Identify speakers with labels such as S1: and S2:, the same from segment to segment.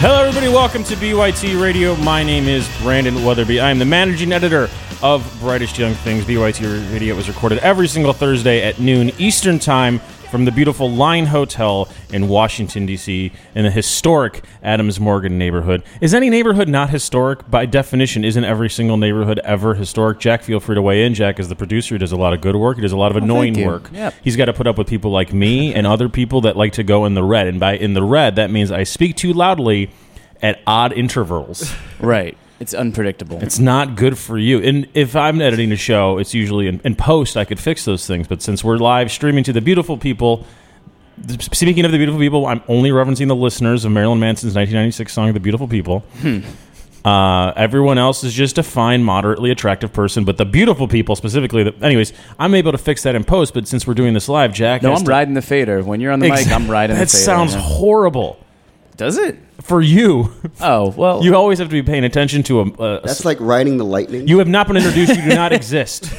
S1: Hello, everybody. Welcome to BYT Radio. My name is Brandon Weatherby. I am the managing editor of Brightest Young Things. BYT Radio is recorded every single Thursday at noon Eastern Time from the beautiful Line Hotel in Washington, D.C., in the historic Adams Morgan neighborhood. Is any neighborhood not historic? By definition, isn't every single neighborhood ever historic? Jack, feel free to weigh in. Jack is the producer. He does a lot of good work. He does a lot of annoying
S2: you.
S1: work.
S2: Yep.
S1: He's got to put up with people like me and other people that like to go in the red. And by in the red, that means I speak too loudly at odd intervals.
S2: Right. It's unpredictable.
S1: It's not good for you. And if I'm editing a show, it's usually in, in post, I could fix those things. But since we're live streaming to the beautiful people, th- speaking of the beautiful people, I'm only referencing the listeners of Marilyn Manson's 1996 song, The Beautiful People.
S2: Hmm.
S1: Uh, everyone else is just a fine, moderately attractive person, but the beautiful people specifically. The, anyways, I'm able to fix that in post, but since we're doing this live, Jack.
S2: no,
S1: has
S2: I'm
S1: to-
S2: riding the fader. When you're on the mic, I'm riding
S1: That
S2: the fader.
S1: sounds
S2: yeah.
S1: horrible
S2: Does it?
S1: for you.
S2: Oh, well.
S1: You always have to be paying attention to a. a
S3: That's like riding the lightning.
S1: you have not been introduced. You do not exist.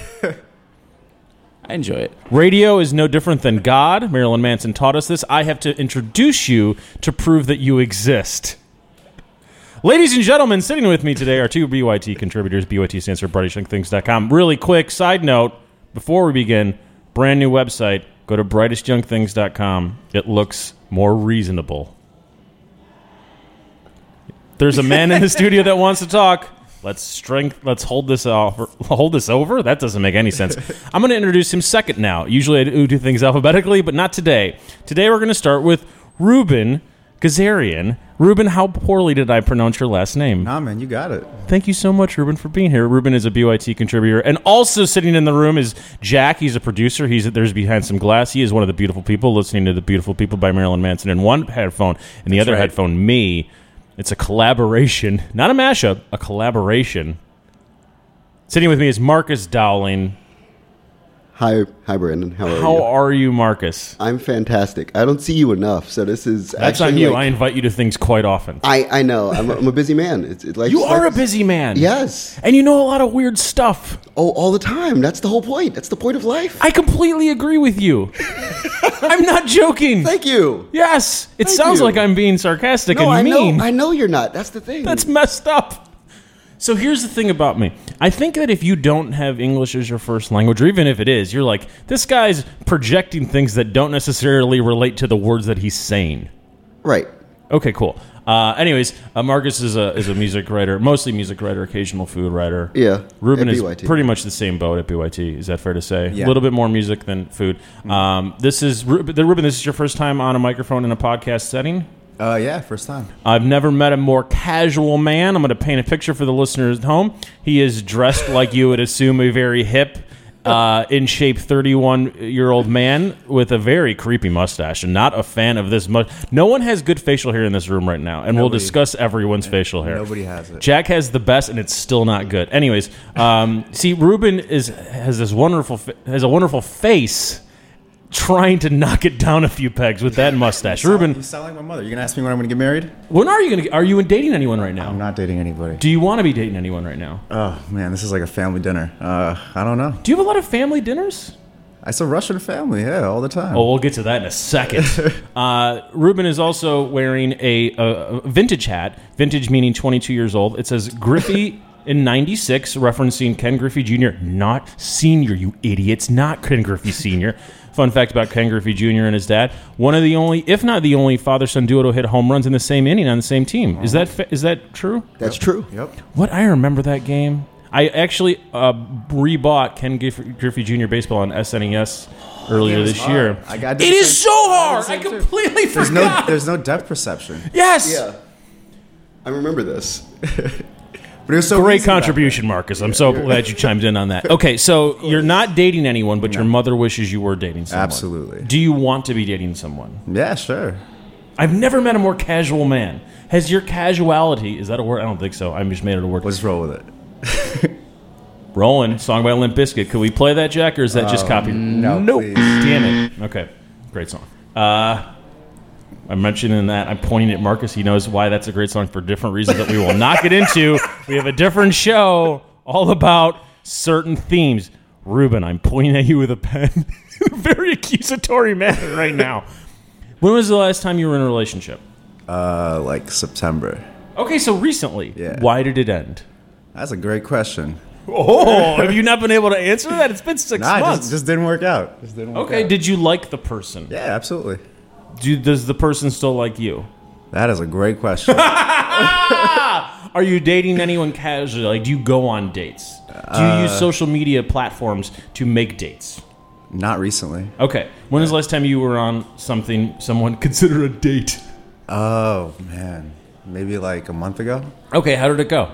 S2: I enjoy it.
S1: Radio is no different than God. Marilyn Manson taught us this. I have to introduce you to prove that you exist. Ladies and gentlemen, sitting with me today are two BYT contributors. BYT stands for brightestyoungthings.com. Really quick side note before we begin, brand new website. Go to brightestyoungthings.com. It looks more reasonable. There's a man in the studio that wants to talk. Let's strength. Let's hold this off. Hold this over. That doesn't make any sense. I'm going to introduce him second now. Usually I do do things alphabetically, but not today. Today we're going to start with Ruben Gazarian. Ruben, how poorly did I pronounce your last name?
S4: Nah, man, you got it.
S1: Thank you so much, Ruben, for being here. Ruben is a BYT contributor, and also sitting in the room is Jack. He's a producer. He's there's behind some glass. He is one of the beautiful people listening to the beautiful people by Marilyn Manson in one headphone, and the other
S2: right.
S1: headphone me. It's a collaboration, not a mashup, a collaboration. Sitting with me is Marcus Dowling.
S3: Hi, hi, Brandon. How are
S1: How
S3: you?
S1: are you, Marcus?
S3: I'm fantastic. I don't see you enough, so this is
S1: That's
S3: actually
S1: on you. I
S3: like-
S1: invite you to things quite often.
S3: I I know. I'm a, I'm a busy man. It's it like
S1: You
S3: it's
S1: are a
S3: like-
S1: busy man.
S3: Yes.
S1: And you know a lot of weird stuff.
S3: Oh, all the time. That's the whole point. That's the point of life.
S1: I completely agree with you. I'm not joking.
S3: Thank you.
S1: Yes, it
S3: Thank
S1: sounds
S3: you.
S1: like I'm being sarcastic
S3: No,
S1: and
S3: I
S1: mean.
S3: know. I know you're not. That's the thing.
S1: That's messed up. So here's the thing about me. I think that if you don't have English as your first language, or even if it is, you're like, this guy's projecting things that don't necessarily relate to the words that he's saying.
S3: right.
S1: Okay, cool. Uh, anyways, uh, Marcus is a is a music writer, mostly music writer, occasional food writer.
S3: Yeah,
S1: Ruben
S3: at
S1: is
S3: BYT.
S1: pretty much the same boat at BYT. Is that fair to say? A
S4: Yeah.
S1: little bit more music than food.
S3: Mm-hmm.
S1: Um, this is Ruben. Ruben. This is your first time on a microphone in a podcast setting.
S4: Uh, yeah, first time.
S1: I've never met a more casual man. I'm going to paint a picture for the listeners at home. He is dressed like you would assume a very hip, uh, in shape 31 year old man with a very creepy mustache. And not a fan of this much. No one has good facial hair in this room right now, and we'll
S4: Nobody.
S1: discuss everyone's facial hair.
S4: Nobody has it.
S1: Jack has the best, and it's still not good. Anyways, um, see, Ruben is has this wonderful fa- has a wonderful face. Trying to knock it down a few pegs with that mustache,
S4: You
S1: Ruben.
S4: sound like my mother. You're gonna ask me when I'm gonna get married?
S1: When are you gonna? Are you dating anyone right now?
S4: I'm not dating anybody.
S1: Do you want to be dating anyone right now?
S4: oh man, this is like a family dinner. Uh, I don't know.
S1: Do you have a lot of family dinners?
S4: It's a Russian family, yeah, all the time.
S1: Oh, we'll get to that in a second. uh, Ruben is also wearing a, a a vintage hat. Vintage meaning 22 years old. It says Griffey in 96, referencing Ken Griffey Jr., not senior, you idiots, not Ken Griffey Sr. Fun fact about Ken Griffey Jr. and his dad: one of the only, if not the only, father-son duo to hit home runs in the same inning on the same team. Is that fa- is that true?
S3: That's true.
S4: Yep.
S1: What I remember that game. I actually uh, rebought Ken Griffey, Griffey Jr. baseball on SNES earlier this year.
S4: I got
S1: it is so hard. I
S4: did the same too.
S1: completely
S4: There's
S1: forgot.
S4: no, there's no depth perception.
S1: yes.
S3: Yeah. I remember this.
S4: But it was so
S1: Great
S4: easy back
S1: contribution, Marcus. I'm so glad you chimed in on that. Okay, so you're not dating anyone, but your mother wishes you were dating
S4: then.
S1: someone.
S4: Absolutely.
S1: Do you want to be dating someone?
S4: Yeah, sure.
S1: I've never met a more casual man. Has your casuality, is that a word? I don't think so. I just made it a word.
S4: Let's roll with it.
S1: Rolling, song by Limp Bizkit. Could we play that, Jack, or is that
S4: Um,
S1: just copied?
S4: No, please.
S1: Damn
S4: Mm.
S1: it. Okay. Great song. Uh, I'm mentioning that. I'm pointing at Marcus. He knows why that's a great song for different reasons that we will not get into. We have a different show all about certain themes. Ruben, I'm pointing at you with a pen in a very accusatory manner right now. When was the last time you were in a relationship?
S4: Uh, like September.
S1: Okay, so recently.
S4: Yeah.
S1: Why did it end?
S4: That's a great question.
S1: Oh, have you not been able to answer that? It's been six
S4: Nah, it
S1: months.
S4: just, just didn't work out. Just didn't work
S1: okay,
S4: out.
S1: did you like the person?
S4: yeah, absolutely.
S1: Do, does the person still like you?
S4: That is a great question.
S1: Are you dating anyone casually? Like, do you go on dates? Do you use social media platforms to make dates?
S4: Not recently.
S1: Okay. When was the last time you were on something someone consider a date?
S4: Oh man, maybe like a month ago.
S1: Okay, how did it go?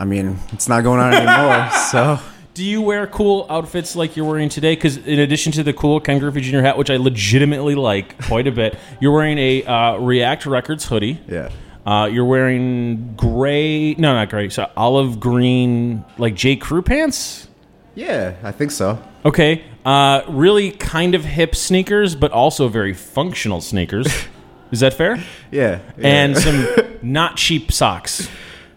S4: I mean, it's not going on anymore. so
S1: Do you wear cool outfits like you're wearing today? Because in addition to the cool Ken Griffey Jr. hat, which I legitimately like quite a bit, you're wearing a uh, React Records hoodie.
S4: yeah,
S1: Uh, you're wearing gray, no, not gray, so olive green, like J. Crew pants.
S4: yeah, I think so.
S1: Okay. Uh, really kind of hip sneakers, but also very functional sneakers. Is that fair?
S4: Yeah, yeah.
S1: And some not cheap socks,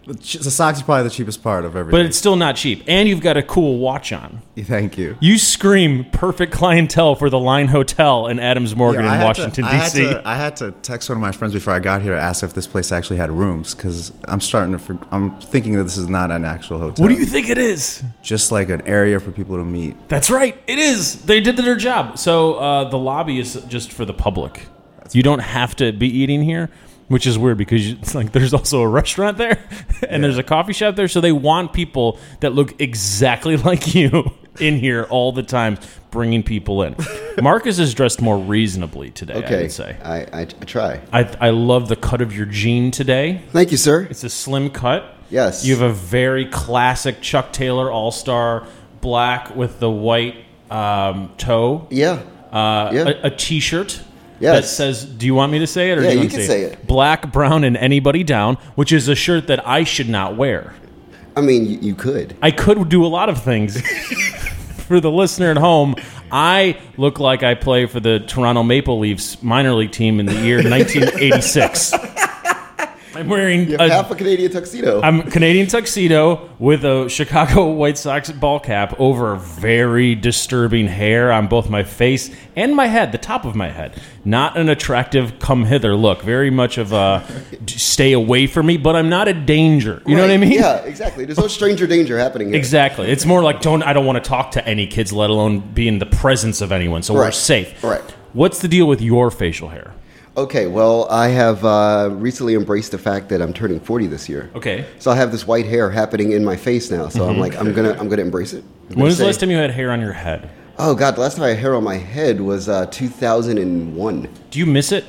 S4: the, ch- the socks are probably the cheapest part of everything.
S1: but it's still not cheap. And you've got a cool watch on.
S4: thank you.
S1: You scream perfect clientele for the Line Hotel in Adams Morgan
S4: Yeah, I
S1: in
S4: had
S1: Washington,
S4: to- I had
S1: D.C.
S4: to- I had to text one of my friends before I got here to ask if this place actually had rooms because I'm starting to. For, I'm thinking that this is not an actual hotel.
S1: What do you think it is?
S4: Just like an area for people to meet.
S1: That's right. It is. They did their job. So uh, the lobby is just for the public. you don't have to be eating here, which is weird because you, it's like there's also a restaurant there and there's a coffee shop there. So they want people that look exactly like you in here all the time, bringing people in. Marcus is dressed more reasonably today. I
S3: Okay.
S1: would say.
S3: I, I, I try.
S1: I, I love the cut of your jean today.
S3: Thank you, sir.
S1: It's a slim cut.
S3: Yes.
S1: You have a very classic Chuck Taylor All Star black with the white um, toe.
S3: Yeah.
S1: Uh,
S3: Yeah.
S1: A, a T-shirt that
S3: Yes.
S1: says, "Do you want me to say it?" Or
S3: Yeah,
S1: do you,
S3: you
S1: want to
S3: can say it.
S1: Black, brown, and anybody down, which is a shirt that I should not wear.
S3: I mean, you, you could.
S1: I could do a lot of things. for the listener at home, I look like I play for the Toronto Maple Leafs minor league team in the year 1986. I'm wearing
S3: You have
S1: a
S3: half a Canadian tuxedo.
S1: I'm a Canadian tuxedo with a Chicago White Sox ball cap over very disturbing hair on both my face and my head, the top of my head. Not an attractive come hither look. Very much of a d- stay away from me, but I'm not a danger. You know what I
S3: Right.
S1: mean?
S3: Yeah, exactly. There's no stranger danger happening here.
S1: Exactly. It's more like don't I don't want to talk to any kids, let alone be in the presence of anyone. So we're
S3: Right.
S1: safe.
S3: Right.
S1: What's the deal with your facial hair?
S3: Okay, well, I have uh, recently embraced the fact that I'm turning 40 this year.
S1: Okay. Mhm.
S3: So I have this white hair happening in my face now. So I'm like, I'm gonna, I'm gonna embrace it. I'm
S1: When
S3: gonna
S1: was the
S3: say-
S1: last time you had hair on your head?
S3: Oh God, the last time I had hair on my head was uh, 2001.
S1: Do you miss it?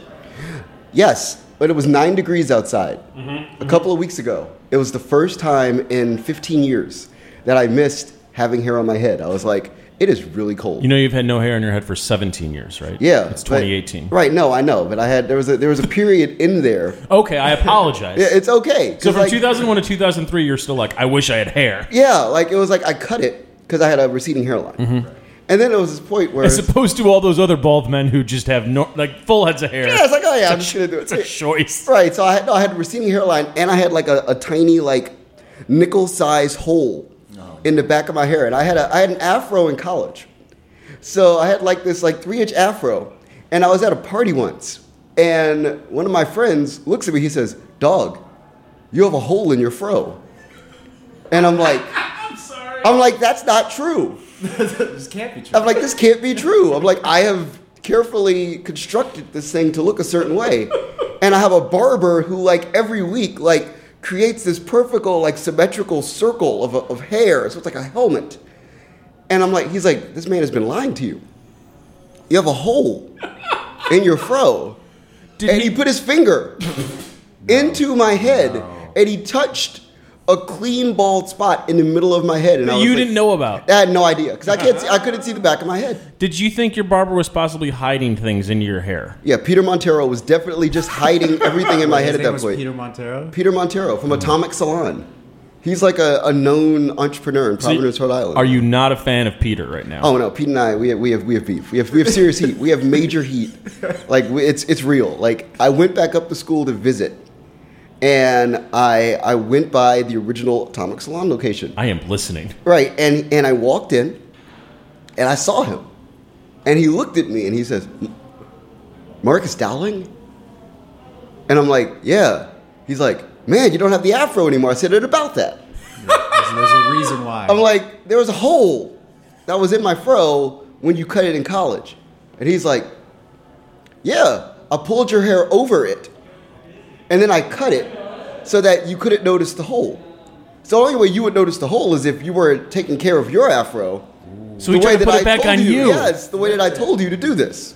S3: Yes, but it was nine degrees outside
S1: Mm-hmm.
S3: a couple of weeks ago. It was the first time in 15 years that I missed having hair on my head. I was like, it is really cold.
S1: You know you've had no hair on your head for 17 years, right?
S3: yeah,
S1: It's
S3: but-
S1: 2018.
S3: right? No, I know, but I had there was a, there was a period in there.
S1: Okay, I apologize.
S3: Yeah, it's okay.
S1: so
S3: 'cause,
S1: from
S3: like,
S1: 2001 to 2003, you're still like, I wish I had hair.
S3: Yeah, like it was like I cut it because I had a receding hairline.
S1: Mm-hmm.
S3: And then it was this point where
S1: As opposed to all those other bald men who just have no, like full heads of hair.
S3: yeah, it's like oh yeah, I'm just gonna do it.
S1: It's a choice.
S3: Right. So I had, no, I had a receding hairline, and I had like a, a tiny like nickel sized hole
S1: Oh.
S3: in the back of my hair, and I had a I had an afro in college, so I had like this like three inch afro, and I was at a party once, and one of my friends looks at me, he says, "Dog, you have a hole in your fro," and I'm like,
S1: I'm sorry.
S3: I'm like, that's not true.
S4: This can't be true.
S3: I'm like, this can't be true. I'm like, I have carefully constructed this thing to look a certain way. And I have a barber who, like, every week, like, creates this perfect, like, symmetrical circle of, of hair. So it's like a helmet. And I'm like, he's like, this man has been lying to you. You have a hole in your fro.
S1: Did
S3: and
S1: he-
S3: he, put his finger into my head and he touched a clean bald spot in the middle of my head, and I
S1: that
S3: was
S1: you
S3: like-
S1: didn't know about.
S3: I had no idea because I can't. See, I couldn't see the back of my head.
S1: Did you think your barber was possibly hiding things into your hair?
S3: Yeah, Peter Montero was definitely just hiding everything in my head
S4: His
S3: at
S4: name
S3: that
S4: was
S3: point.
S4: Peter Montero.
S3: Peter Montero from Atomic Salon. He's like a, a known entrepreneur in Providence, Rhode Island.
S1: Are you not a fan of Peter right now?
S3: Oh no, Pete and I, we have, we have we have beef. We have we have serious heat. We have major heat. Like we, it's it's real. Like I went back up to school to visit, and I I went by the original Atomic Salon location.
S1: I am listening.
S3: Right, and and I walked in, and I saw him, and he looked at me and he says, "M- "Marcus Dowling," and I'm like, "Yeah." He's like, "Man, you don't have the afro anymore." I said it about that.
S4: There's, there's a reason why.
S3: I'm like, there was a hole that was in my fro when you cut it in college. And he's like, yeah, I pulled your hair over it. And then I cut it so that you couldn't notice the hole. So the only way you would notice the hole is if you were taking care of your afro.
S1: So we tried to put it back
S3: told
S1: on you.
S3: Yes, the way that I told you to do this.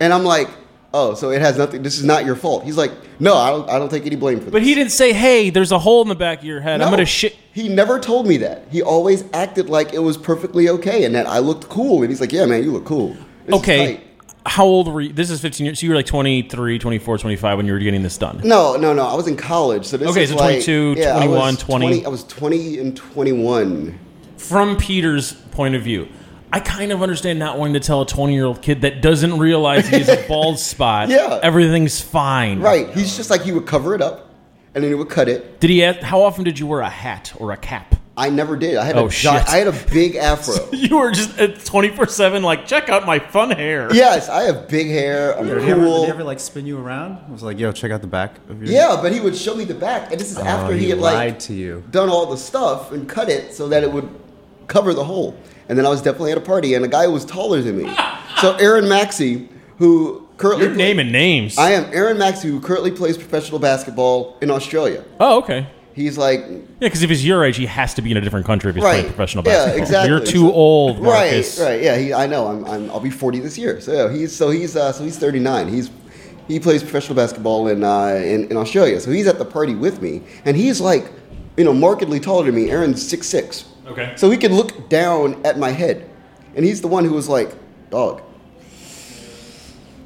S3: And I'm like, oh, so it has nothing, this is not your fault. He's like, no, I don't, I don't take any blame for this.
S1: But he didn't say, "Hey, there's a hole in the back of your head. I'm
S3: No.
S1: gonna shit."
S3: He never told me that. He always acted like it was perfectly okay and that I looked cool. And he's like, "Yeah, man, you look cool." This is
S1: Okay.
S3: tight."
S1: How old were you? This is 15 years. So you were like 23, 24, 25 when you were getting this done.
S3: No, no, no. I was in college, so this
S1: Okay,
S3: is
S1: so
S3: like,
S1: 22,
S3: yeah, I
S1: 21,
S3: was
S1: 20.
S3: I was twenty and twenty-one.
S1: From Peter's point of view, I kind of understand not wanting to tell a 20 year old kid that doesn't realize he has a bald spot.
S3: Yeah.
S1: Everything's fine.
S3: Right. He's just like he would cover it up, and then he would cut it.
S1: Did he ask, how often did you wear a hat or a cap?
S3: I never did. I had
S1: Oh,
S3: a gi-
S1: shit.
S3: I had a big afro.
S1: You were just at 24 7, like, check out my fun hair.
S3: yes, I have big hair. I'm
S4: Did he, ever, did
S3: cool.
S4: he ever like spin you around? I was like, yo, check out the back of your.
S3: yeah, but he would show me the back, and this is after he,
S4: he
S3: had
S4: lied
S3: like
S4: to you.
S3: done all the stuff and cut it so that it would cover the hole. And then I was definitely at a party, and a guy who was taller than me. so Aaron Maxey, who currently
S1: You're naming names.
S3: I am Aaron Maxey, who currently plays professional basketball in Australia.
S1: oh, okay.
S3: He's like
S1: Yeah, because if he's your age, he has to be in a different country if he's
S3: right,
S1: playing professional
S3: yeah,
S1: basketball.
S3: exactly.
S1: You're too old, Marcus.
S3: Right, right, yeah. He, I know. I'm, I'm. I'll be 40 this year. So yeah, he's so he's uh, so he's 39. He's he plays professional basketball in, uh, in in Australia. So he's at the party with me, and he's like, you know, markedly taller than me. Aaron's six six.
S1: Okay.
S3: So he could look down at my head, and he's the one who was like, "Dog,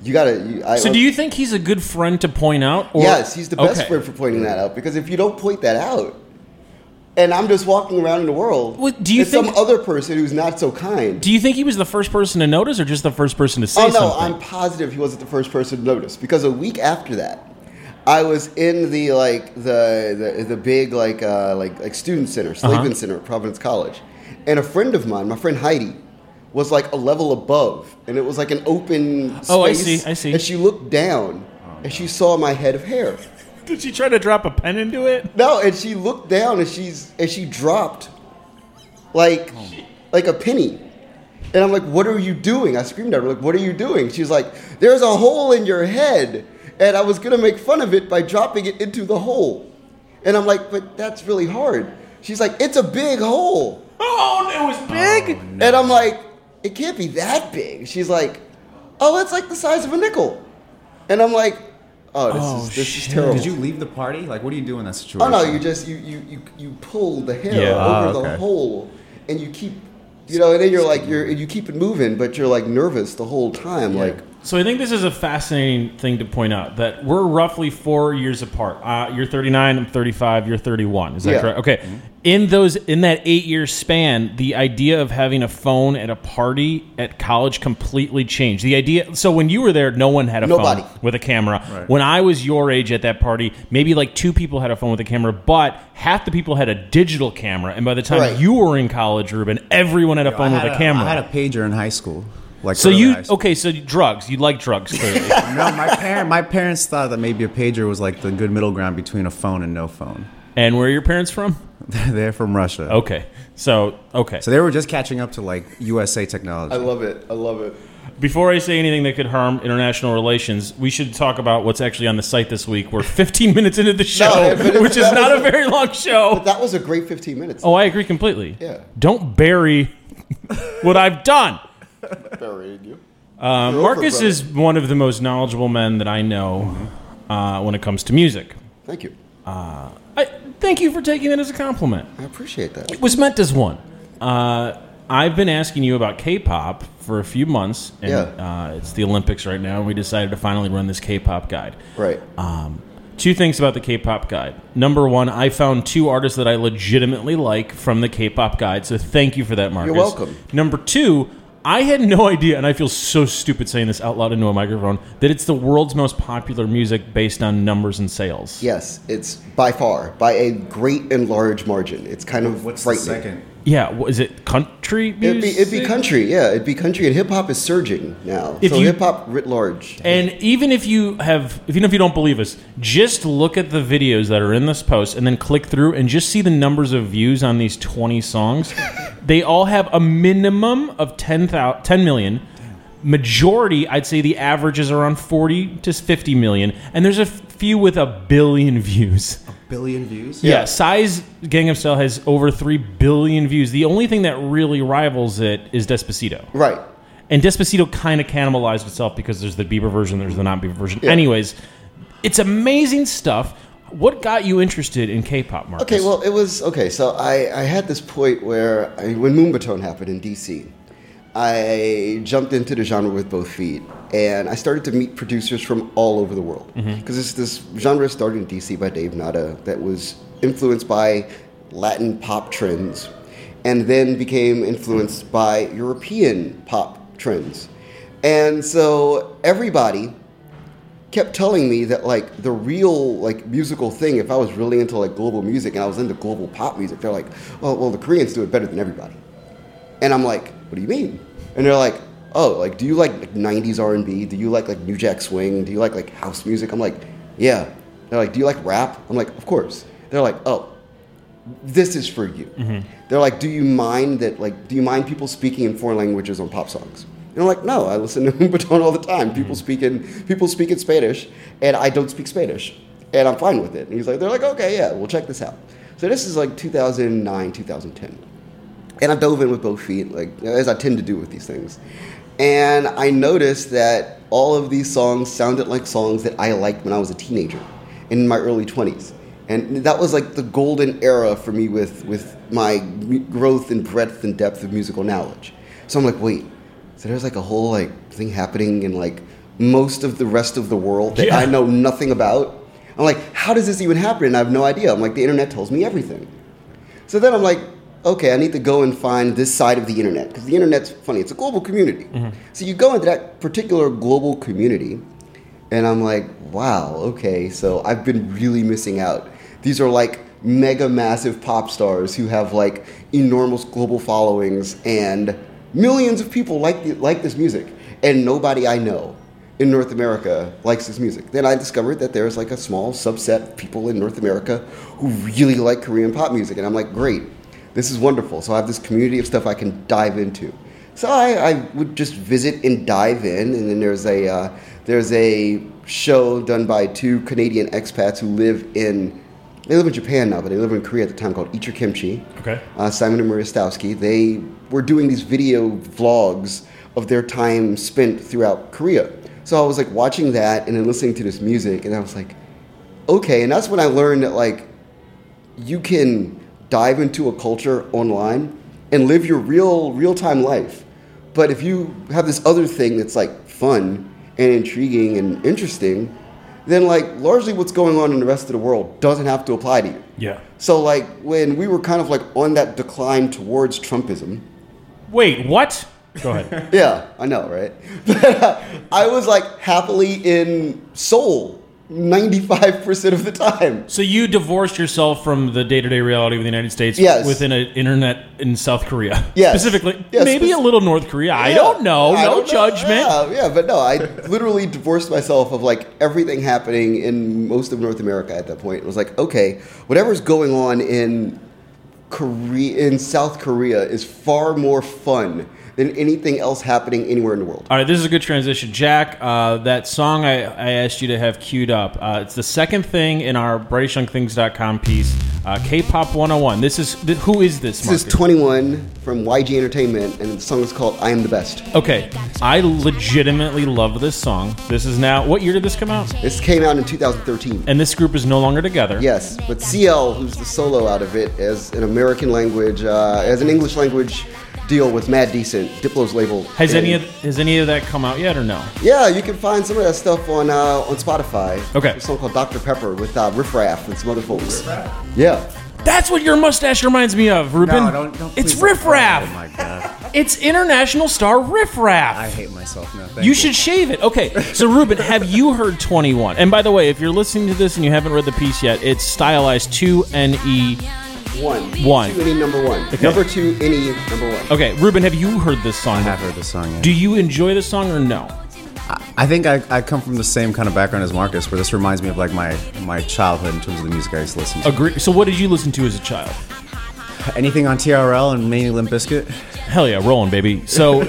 S3: you gotta." You, I,
S1: So do you think he's a good friend to point out? Or,
S3: yes, he's the best
S1: Okay.
S3: friend for pointing that out because if you don't point that out, and I'm just walking around in the world,
S1: Well, do you
S3: it's some
S1: think-
S3: other person who's not so kind?
S1: Do you think he was the first person to notice, or just the first person to say
S3: Oh no,
S1: something?
S3: I'm positive he wasn't the first person to notice because a week after that, I was in the like the the, the big like uh, like like student center,
S1: Uh-huh.
S3: Slavin Center at Providence College, and a friend of mine, my friend Heidi, was like a level above, and it was like an open. Space,
S1: Oh, I see, I see.
S3: And she looked down, and she saw my head of hair.
S1: Did she try to drop a pen into it?
S3: No, and she looked down and she's and she dropped like
S1: Oh.
S3: like a penny. And I'm like, what are you doing? I screamed at her, like, what are you doing? She's like, there's a hole in your head. And I was gonna make fun of it by dropping it into the hole. And I'm like, but that's really hard. She's like, it's a big hole.
S1: Oh, it was big.
S3: And I'm like, it can't be that big. She's like, oh, it's like the size of a nickel. And I'm like, oh, this
S1: Oh,
S3: is this
S1: shit.
S3: is terrible.
S4: Did you leave the party? Like, what do you do in that situation?
S3: Oh no, you just you you you, you pull the hair
S1: Yeah.
S3: over
S4: Ah,
S3: the
S4: okay.
S3: hole, and you keep you know, and then you're like you're you keep it moving, but you're like nervous the whole time, like.
S1: So I think this is a fascinating thing to point out that we're roughly four years apart. Uh, you're 39, I'm 35, you're 31. Is that
S3: Yeah.
S1: correct? Okay.
S4: Mm-hmm.
S1: In those in that eight year span, the idea of having a phone at a party at college completely changed. The idea. So when you were there, no one had a
S3: Nobody.
S1: phone with a camera.
S4: Right.
S1: When I was your age at that party, maybe like two people had a phone with a camera, but half the people had a digital camera. And by the time
S3: Right.
S1: you were in college, Ruben, everyone had a phone
S4: I
S1: with
S4: had
S1: a camera.
S4: I had a pager in high school. Like,
S1: so
S4: early
S1: you
S4: high school.
S1: okay? So drugs. You like drugs clearly.
S4: No, my parent, my parents thought that maybe a pager was like the good middle ground between a phone and no phone.
S1: And where are your parents from?
S4: They're from Russia.
S1: Okay. So, okay.
S4: So they were just catching up to like USA technology.
S3: I love it. I love it.
S1: Before I say anything that could harm international relations, we should talk about what's actually on the site this week. We're 15 minutes into the show,
S3: No, but it's-
S1: which is
S3: that
S1: not a
S3: was-
S1: very long show.
S3: But that was a great 15 minutes.
S1: Oh, I agree completely.
S3: Yeah.
S1: Don't bury what I've done.
S3: Burying you.
S1: Uh,
S3: over,
S1: Marcus
S3: brother.
S1: is one of the most knowledgeable men that I know uh, when it comes to music.
S3: Thank you.
S1: I, Thank you for taking that as a compliment.
S3: I appreciate that.
S1: It was meant as one. Uh, I've been asking you about K-pop for a few months, and
S3: Yeah.
S1: uh, it's the Olympics right now, and we decided to finally run this K-pop guide.
S3: Right.
S1: Um, two things about the K-pop guide. Number one, I found two artists that I legitimately like from the K-pop guide, so thank you for that, Marcus.
S3: welcome.
S1: Number two, I had no idea, and I feel so stupid saying this out loud into a microphone, that it's the world's most popular music based on numbers and sales.
S3: Yes, it's by far, by a great and large margin. It's kind of
S4: What's the
S3: frightening.
S4: second?
S1: Yeah, what is it country
S3: It'd
S1: music?
S3: be, it'd be country, yeah. It'd be country, and hip hop is surging now.
S1: If
S3: so
S1: you-
S3: hip hop writ large.
S1: And even if you have, even if you don't believe us, just look at the videos that are in this post and then click through and just see the numbers of views on these 20 songs. they all have a minimum of 10, thou- 10 million. Majority, I'd say the average is around 40 to 50 million. And there's a few with a billion views.
S4: Billion views.
S1: Yeah, Psy's Gangnam Style has over 3 billion views. The only thing that really rivals it is Despacito.
S3: Right.
S1: And Despacito kind of cannibalized itself because there's the Bieber version, there's the non Bieber version. Anyways, it's amazing stuff. What got you interested in K-pop, Marcus?
S3: Okay, well, it was okay. So I, I had this point where I, when Moonbatone happened in DC, I jumped into the genre with both feet, and I started to meet producers from all over the world because it's this genre started in DC by Dave Nada that was influenced by Latin pop trends, and then became influenced by European pop trends, and so everybody kept telling me that like the real like musical thing if i was really into like global music and i was into global pop music they're like oh well the koreans do it better than everybody and i'm like what do you mean and they're like oh like do you like, like 90s r&b do you like like new jack swing do you like like house music i'm like yeah they're like do you like rap i'm like of course they're like oh this is for you. They're like, do you mind that? Like, do you mind people speaking in foreign languages on pop songs? And I'm like, no, I listen to Baton all the time. People speak in people speak in Spanish, and I don't speak Spanish, and I'm fine with it. And he's like, they're like, okay, yeah, we'll check this out. So this is like 2009, 2010 and I dove in with both feet, like as I tend to do with these things. And I noticed that all of these songs sounded like songs that I liked when I was a teenager, in my early twenties, and that was like the golden era for me with with my mu- growth and breadth and depth of musical knowledge. So I'm like, wait, so there's like a whole like thing happening in like most of the rest of the world that
S1: Yeah.
S3: I know nothing about. I'm like, how does this even happen? And I have no idea. I'm like, the internet tells me everything. So then I'm like, okay, I need to go and find this side of the internet because the internet's funny. It's a global community. So you go into that particular global community, and I'm like, wow, okay, so I've been really missing out. These are like mega massive pop stars who have like enormous global followings, and millions of people like, the, like this music, and nobody I know in North America likes this music. Then I discovered that there's like a small subset of people in North America who really like Korean pop music. And I'm like, great, this is wonderful. So I have this community of stuff I can dive into. So I, I would just visit and dive in. And then there's a, uh, there's a show done by two Canadian expats who live in, they live in Japan now, but they live in Korea at the time called Eat Your Kimchi
S1: Okay.
S3: uh, Simon and Maria Stowski, they were doing these video vlogs of their time spent throughout Korea. So I was like watching that and then listening to this music, and I was like, okay. And that's when I learned that like you can dive into a culture online and live your real real time life. But if you have this other thing that's like fun and intriguing and interesting, then like largely what's going on in the rest of the world doesn't have to apply to you.
S1: yeah.
S3: So like when we were kind of like on that decline towards Trumpism.
S1: Wait, what? Go ahead.
S3: Yeah, I know, right? I was like happily in Seoul 95% of the time.
S1: so you divorced yourself from the day-to-day reality of the United States
S3: Yes.
S1: within an internet in South Korea,
S3: Yes.
S1: specifically,
S3: Yes,
S1: maybe
S3: spec-
S1: a little North Korea. I
S3: Yeah,
S1: don't know.
S3: I
S1: no
S3: don't know.
S1: judgment.
S3: Yeah, yeah, but no, I literally divorced myself of like everything happening in most of North America at that point. It was like, okay, whatever's going on in Korea in South Korea is far more fun than anything else happening anywhere in the world.
S1: All right, this is a good transition, Jack. Uh, that song I, I asked you to have queued up. Uh, it's the second thing in our BritishYoungThings.com piece, uh, K-pop 101. This is th- who is this?
S3: This is
S1: Marcus?
S3: 21 from YG Entertainment, and the song is called "I Am the Best."
S1: Okay, I legitimately love this song. This is now. What year did this come out?
S3: This came out in 2013.
S1: And this group is no longer together.
S3: Yes, but CL, who's the solo out of it, as an American language, uh, as an English language deal with Mad Decent, Diplo's label.
S1: Has any of
S3: And-
S1: has any of that come out yet or no?
S3: Yeah, you can find some of that stuff on uh, on Spotify.
S1: Okay.
S3: There's a song called Dr. Pepper with uh, Riff Raff and some other folks. Yeah.
S1: That's what your mustache reminds me of, Ruben.
S4: No, don't, don't.
S1: it's
S4: please-
S1: Riff
S4: Oh
S1: Raff.
S4: my god,
S1: it's international star Riff Raff.
S4: I hate myself now. Thank
S1: You should shave it. Okay, so Ruben, have you heard 21? And by the way, if you're listening to this and you haven't read the piece yet, it's stylized E. 2NE.
S3: One.
S1: One.
S3: Two, any number one. Number two, any number one.
S1: Okay, Ruben, have you heard this song?
S4: I have heard this song. Yeah.
S1: Do you enjoy the song or no?
S4: I think I, I come from the same kind of background as Marcus, where this reminds me of like my my childhood in terms of the music I used to listen to.
S1: Agree. So what did you listen to as a child?
S4: Anything on TRL and mainly Limp Bizkit.
S1: Hell yeah, rolling, baby. So,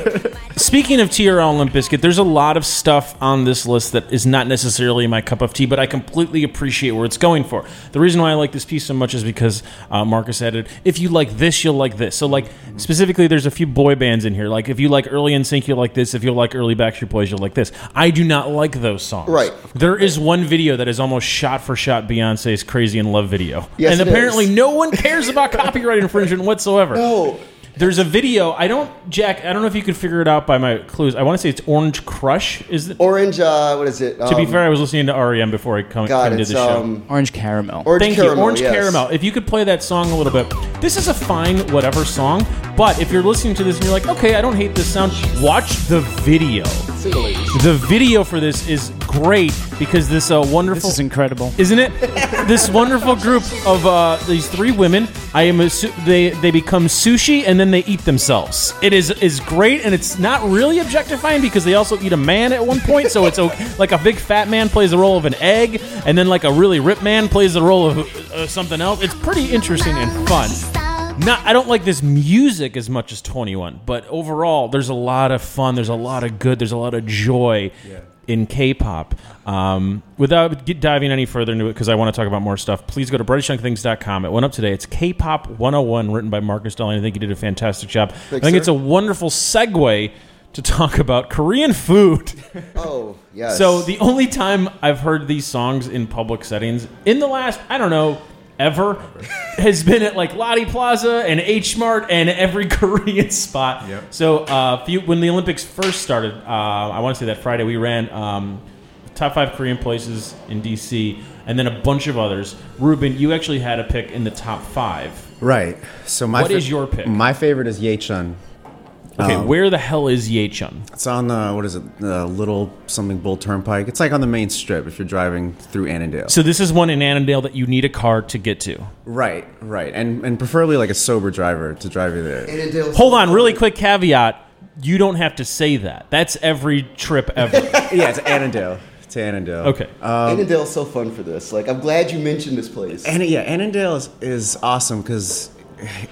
S1: speaking of TRL Limp Bizkit, there's a lot of stuff on this list that is not necessarily my cup of tea, but I completely appreciate where it's going for. The reason why I like this piece so much is because uh, Marcus added, if you like this, you'll like this. So, like, specifically, there's a few boy bands in here. Like, if you like early NSYNC, you'll like this. If you like early Backstreet Boys, you'll like this. I do not like those songs.
S3: Right.
S1: There is one video that is almost shot for shot Beyonce's Crazy in Love video.
S3: Yes,
S1: and
S3: it
S1: apparently,
S3: is.
S1: no one cares about copyright infringement whatsoever.
S3: No.
S1: There's a video. I don't, Jack. I don't know if you could figure it out by my clues. I want to say it's Orange Crush. Is it?
S3: Orange, uh, what is it?
S1: to be fair, I was listening to REM before I come,
S3: God,
S1: came to
S3: it's
S1: the show.
S3: um,
S2: Orange Caramel.
S3: Orange
S1: Thank
S3: Caramel.
S1: you, Orange
S3: yes.
S1: Caramel. If you could play that song a little bit, this is a fine whatever song. But if you're listening to this and you're like, okay, I don't hate this sound, watch the video.
S3: Single ladies.
S1: The video for this is great because this uh,
S2: This
S1: wonderful
S2: is incredible.
S1: isn't it? this wonderful group of uh, these three women. I am assu- they they become sushi and then they eat themselves. It is is great and it's not really objectifying because they also eat a man at one point. So it's okay. like a big fat man plays the role of an egg, and then like a really ripped man plays the role of uh, something else. It's pretty interesting and fun. Not, I don't like this music as much as 21, but overall, there's a lot of fun. There's a lot of good. There's a lot of joy in K-pop. Um, without get diving any further into it, because I want to talk about more stuff, please go to BritishYoungThings.com. It went up today. It's K-pop 101, written by Marcus Dolly. I think you did a fantastic job. I think
S3: sir.
S1: it's a wonderful segue to talk about Korean food.
S3: Oh, yes.
S1: So the only time I've heard these songs in public settings in the last, I don't know, ever, has been at like Lottie Plaza and H Mart and every Korean spot.
S4: Yep.
S1: So uh, few, when the Olympics first started, uh, I want to say that Friday we ran um, top five Korean places in DC and then a bunch of others. Ruben, you actually had a pick in the top five.
S4: Right. So my
S1: What is your pick?
S4: My favorite is Yechun.
S1: Okay, where the hell is Yechun?
S4: It's on the what is it? The little something Bull Turnpike. It's like on the main strip if you're driving through Annandale.
S1: So this is one in Annandale that you need a car to get to.
S4: right, right, and and preferably like a sober driver to drive you there.
S3: Annandale's-
S1: Hold on, really quick caveat. You don't have to say that. That's every trip ever.
S4: yeah, it's Annandale. It's Annandale.
S1: Okay.
S3: Uh, Annandale's so fun for this. Like, I'm glad you mentioned this place.
S4: And yeah, Annandale is, is awesome because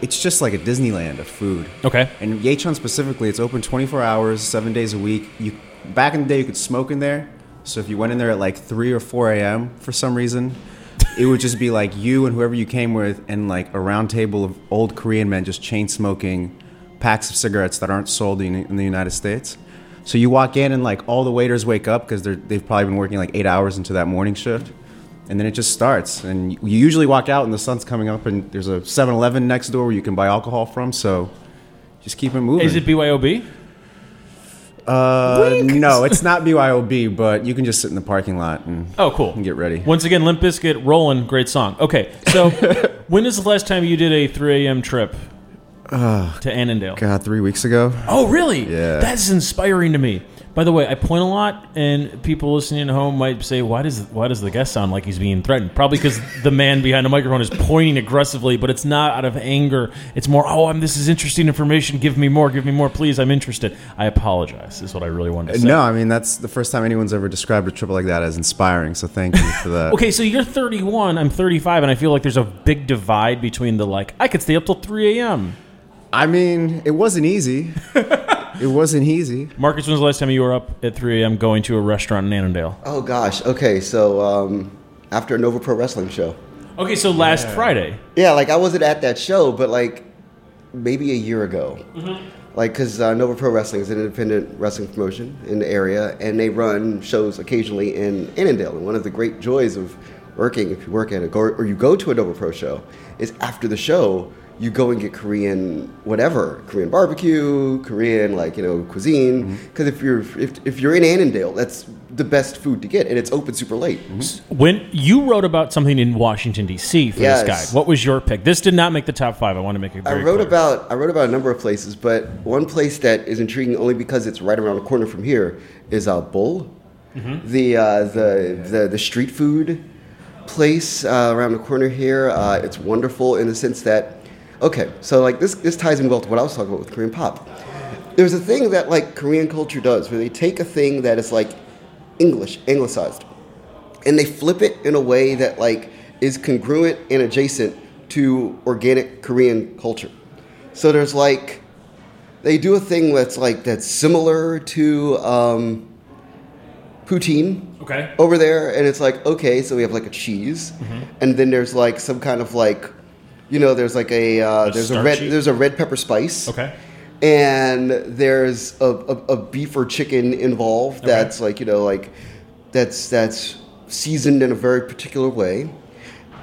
S4: it's just like a Disneyland of food.
S1: Okay.
S4: And Yechon specifically, it's open 24 hours, seven days a week. You back in the day, you could smoke in there. So if you went in there at like three or 4 a.m. for some reason, it would just be like you and whoever you came with, and like a round table of old Korean men just chain smoking packs of cigarettes that aren't sold in, in the United States. So you walk in and like all the waiters wake up because they've probably been working like eight hours into that morning shift and then it just starts. And you usually walk out and the sun's coming up, and there's a 7-Eleven next door where you can buy alcohol from. So just keep it moving.
S1: Is it BYOB?
S4: uh, no, it's not BYOB, but you can just sit in the parking lot and
S1: Oh, cool.
S4: Get ready.
S1: Once again, Limp Bizkit, rolling, great song. Okay, so when is the last time you did a 3 a.m. trip to Annandale?
S4: God, three weeks ago.
S1: Oh, really?
S4: Yeah.
S1: That's inspiring to me. By the way, I point a lot, and people listening at home might say, "Why does why does the guest sound like he's being threatened?" Probably because the man behind the microphone is pointing aggressively, but it's not out of anger. It's more, "Oh, I'm, this is interesting information. Give me more. Give me more, please. I'm interested." I apologize. Is what I really wanted to say.
S4: Uh, No, I mean that's the first time anyone's ever described a trip like that as inspiring. So thank you for that.
S1: Okay, so you're 31. I'm 35, and I feel like there's a big divide between the like I could stay up till 3 a.m.
S4: I mean, it wasn't easy. It wasn't easy.
S1: Marcus, when was the last time you were up at 3 a.m. going to a restaurant in Annandale?
S3: Oh gosh. Okay. So um, after a Nova Pro Wrestling show.
S1: Okay, so last Friday.
S3: Yeah, like I wasn't at that show, but like maybe a year ago. Like, because uh, Nova Pro Wrestling is an independent wrestling promotion in the area, and they run shows occasionally in Annandale. And one of the great joys of working, if you work at a go- or you go to a Nova Pro show, is after the show you go and get Korean whatever, Korean barbecue, Korean like you know cuisine. Because if you're if, if you're in Annandale, that's the best food to get, and it's open super late.
S1: When you wrote about something in Washington D.C. for
S3: Yes.
S1: this guide, what was your pick? This did not make the top five. I want to make it.
S3: I
S1: very
S3: wrote
S1: clear.
S3: about I wrote about a number of places, but one place that is intriguing only because it's right around the corner from here is uh, Bull,
S1: Mm-hmm.
S3: the, uh, the the the street food place uh, around the corner here. Uh, it's wonderful in the sense that okay, so like this this ties in well to what I was talking about with Korean pop. There's a thing that like Korean culture does where they take a thing that is like English anglicized and they flip it in a way that like is congruent and adjacent to organic Korean culture. So there's like they do a thing that's like that's similar to um, poutine
S1: Okay.
S3: over there, and it's like okay, so we have like a cheese,
S1: Mm-hmm.
S3: and then there's like some kind of like you know there's like a uh,
S1: A
S3: there's a red
S1: starchy-
S3: there's a red pepper spice
S1: Okay.
S3: and there's a, a, a beef or chicken involved that's like you know like that's that's seasoned in a very particular way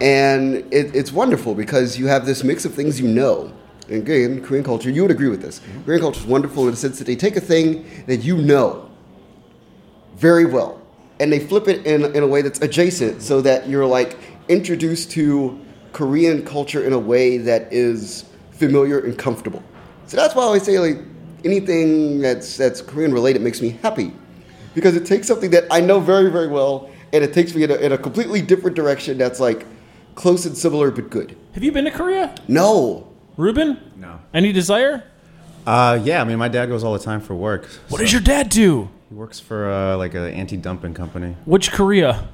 S3: and it, it's wonderful because you have this mix of things you know and again korean culture you would agree with this korean culture is wonderful in the sense that they take a thing that you know very well and they flip it in, in a way that's adjacent so that you're like introduced to korean culture in a way that is familiar and comfortable so that's why i always say like anything that's that's korean related makes me happy because it takes something that i know very very well and it takes me in a, in a completely different direction that's like close and similar but good
S1: Have you been to Korea,
S3: no
S1: Ruben?
S4: No.
S1: Any desire?
S4: Uh, yeah, I mean, my dad goes all the time for work.
S1: What does your dad do?
S4: He works for uh, like an anti-dumping company,
S1: Which Korea?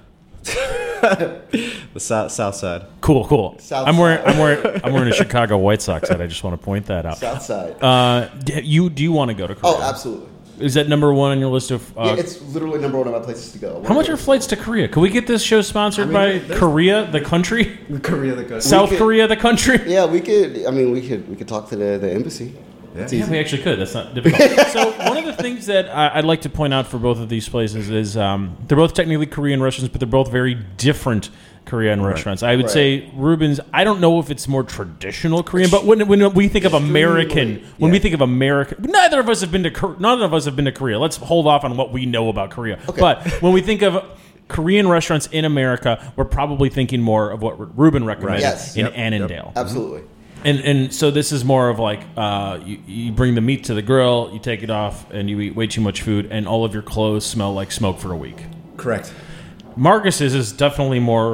S4: the south, south side.
S1: Cool, cool.
S3: South
S1: I'm wearing, I'm wearing, I'm wearing a Chicago White Sox hat. I just want to point that out.
S3: south side
S1: Uh, d- you do you want to go to Korea?
S3: oh absolutely
S1: Is that number one on your list of? Uh,
S3: yeah, it's literally number one of my places to go
S1: how much are flights to Korea? Can we get this show sponsored
S4: mean,
S1: by
S4: there- there's-
S1: Korea, the country?
S4: Korea, the country.
S1: South
S3: could-
S1: Korea, the country?
S3: yeah we could i mean we could we could talk to the, the embassy
S1: Yeah, we actually could. That's not difficult. so one of the things that I, I'd like to point out for both of these places is um, they're both technically Korean restaurants, but they're both very different Korean restaurants. I would say Ruben's. I don't know if it's more traditional Korean, but when when we think of American, when we think of American, neither of us have been to Kor- neither of us have been to Korea. Let's hold off on what we know about Korea. But when we think of Korean restaurants in America, we're probably thinking more of what Ruben recommended
S3: Yes.
S1: in
S4: Yep.
S1: Annandale.
S3: absolutely
S1: And and so this is more of like uh, you, you bring the meat to the grill, you take it off, and you eat way too much food, and all of your clothes smell like smoke for a week.
S4: Correct.
S1: Marcus's is definitely more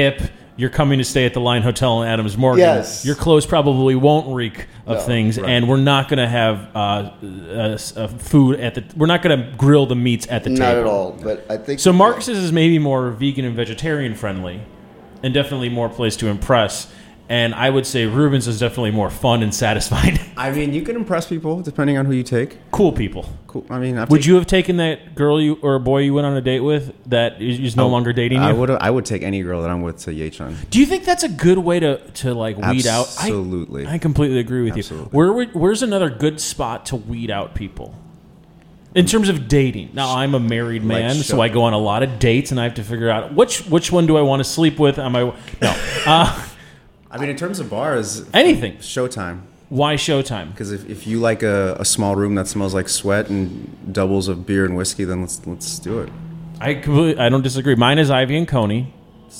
S1: hip. You're coming to stay at the Line Hotel in Adams Morgan.
S3: Yes.
S1: Your clothes probably won't reek of
S3: No,
S1: things, and we're not going to have uh, uh, s- uh, food at the. We're not going to grill the meats at the
S3: Not
S1: table.
S3: at all, but I think
S1: So Marcus's is maybe more vegan and vegetarian friendly, and definitely more place to impress. And I would say Ruben's is definitely more fun and satisfying.
S4: I mean, you can impress people depending on who you take.
S1: cool people.
S4: Cool. I mean, I've
S1: Would you have taken that girl you or boy you went on a date with that is, is no longer dating you?
S4: I would. I would take any girl that I'm with to Yechun.
S1: Do you think that's a good way to to like weed out? I-
S4: Absolutely.
S1: I, completely agree with you.
S4: Absolutely.
S1: Where would, where's another good spot to weed out people? In terms of dating, now I'm a married
S4: Like
S1: man, so
S4: show-
S1: I go on a lot of dates, and I have to figure out which which one do I want to sleep with. Am I no? Uh,
S4: I mean, in terms of bars,
S1: Anything.
S4: Showtime.
S1: Why Showtime?
S4: Because if, if you like a, a small room that smells like sweat and doubles of beer and whiskey, then let's let's do it.
S1: I completely, I don't disagree. Mine is Ivy and Coney.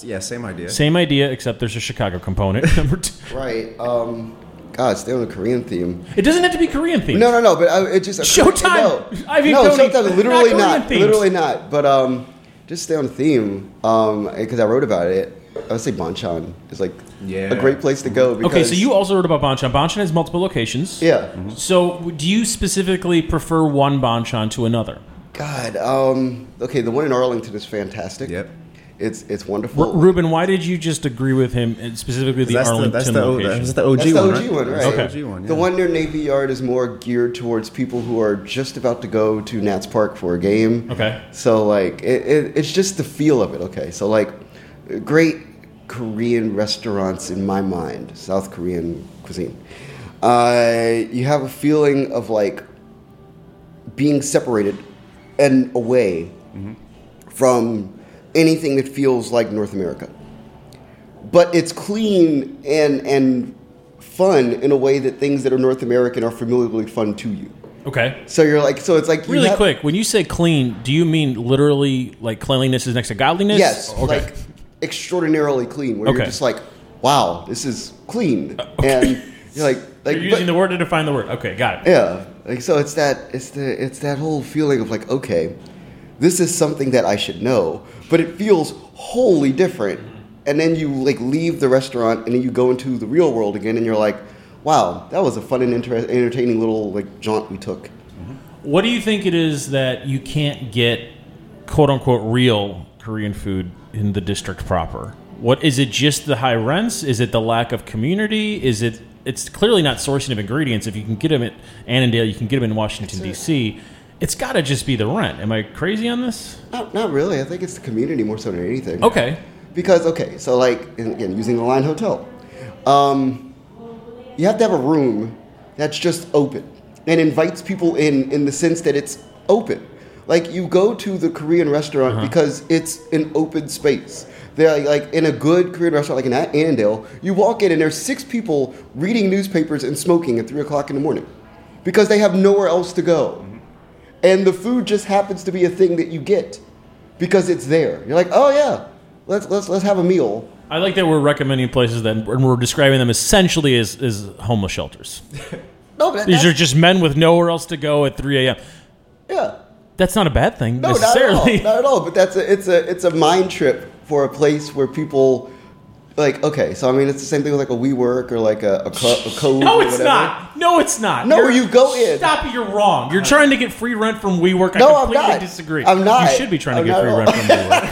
S4: Yeah, same idea.
S1: Same idea, except there's a Chicago component. Number two.
S3: right. Um, God, stay on the Korean theme.
S1: It doesn't have to be Korean themed.
S3: No, no, no. But I, it just
S1: Showtime!
S3: No,
S1: Ivy
S3: no
S1: Coney,
S3: Showtime. Literally
S1: not
S3: not.
S1: Korean themed.
S3: Literally not. But um, just stay on the theme. Um, because I wrote about it. I would say Bonchon is like
S4: Yeah.
S3: a great place to go. Because,
S1: Okay, so you Mm-hmm. also wrote about Banchan. Banchan has multiple locations.
S3: Yeah.
S1: So do you specifically prefer one Banchan to another?
S3: God. Um. Okay, the one in Arlington is fantastic.
S4: Yep.
S3: It's it's
S1: R-
S3: wonderful.
S1: Ruben, why did you just agree with him, and specifically the
S4: that's, the,
S1: Arlington
S4: that's, the, O-
S1: location?
S4: that's the OG
S3: That's the
S4: one.
S3: OG
S4: right?
S3: one, right.
S4: That's the
S1: Okay.
S4: OG one,
S3: The
S4: yeah.
S3: one near Navy Yard is more geared towards people who are just about to go to Nats Park for a game.
S1: Okay.
S3: So like it, it, it's just the feel of it. Okay. So like great Korean restaurants in my mind, South Korean cuisine. Uh, you have a feeling of like being separated and away
S1: Mm-hmm.
S3: from anything that feels like North America but it's clean and and fun in a way that things that are North American are familiarly fun to you.
S1: okay.
S3: So you're like, so it's like you
S1: Really
S3: have-
S1: quick, when you say clean, do you mean literally like cleanliness is next to godliness?
S3: yes,
S1: Oh, Okay.
S3: like extraordinarily clean, where
S1: Okay. Uh,
S3: you're just like, wow, this is clean, and you're like, like
S1: You're
S3: but-
S1: using the word to define the word. Okay, got it.
S3: yeah, like so it's that it's the it's that whole feeling of like, okay, this is something that I should know, but it feels wholly different. And then you like leave the restaurant, and then you go into the real world again, and you're like, wow, that was a fun and inter- entertaining little like jaunt we took.
S1: What do you think it is that you can't get quote unquote real Korean food in the district proper? What is it just the high rents? Is it the lack of community? Is it it's clearly not sourcing of ingredients. If you can get them at Annandale, you can get them in Washington D.C. It's got to just be the rent. Am I crazy on this?
S3: Not, not really. I think it's the community more so than anything.
S1: Okay.
S3: Because okay, so like and again using the Line Hotel, um, you have to have a room that's just open and invites people in in the sense that it's open. Like you go to the Korean restaurant because it's an open space. They're like, like in a good Korean restaurant, like in An- Annandale, you walk in and there's six people reading newspapers and smoking at three o'clock in the morning because they have nowhere else to go and the food just happens to be a thing that you get because it's there. You're like, oh yeah, let's let's let's have a meal.
S1: I like that we're recommending places that and we're describing them essentially as, as homeless shelters.
S3: No, but that,
S1: These are
S3: that's-
S1: just men with nowhere else to go at 3 a.m.
S3: yeah.
S1: That's not a bad thing
S3: No, not at all.
S1: necessarily.
S3: Not at all. But that's a, it's a it's a mind trip for a place where people like okay. So I mean, it's the same thing with like a WeWork or like a a, co- a code.
S1: No,
S3: or
S1: it's
S3: whatever.
S1: not. No, it's not.
S3: No, you go in.
S1: Stop it. You're wrong. You're trying to get free rent from WeWork.
S3: No,
S1: I
S3: I'm
S1: completely
S3: not.
S1: disagree.
S3: I'm not.
S1: You should be trying to
S3: I'm
S1: get
S3: not
S1: free
S3: at
S1: rent from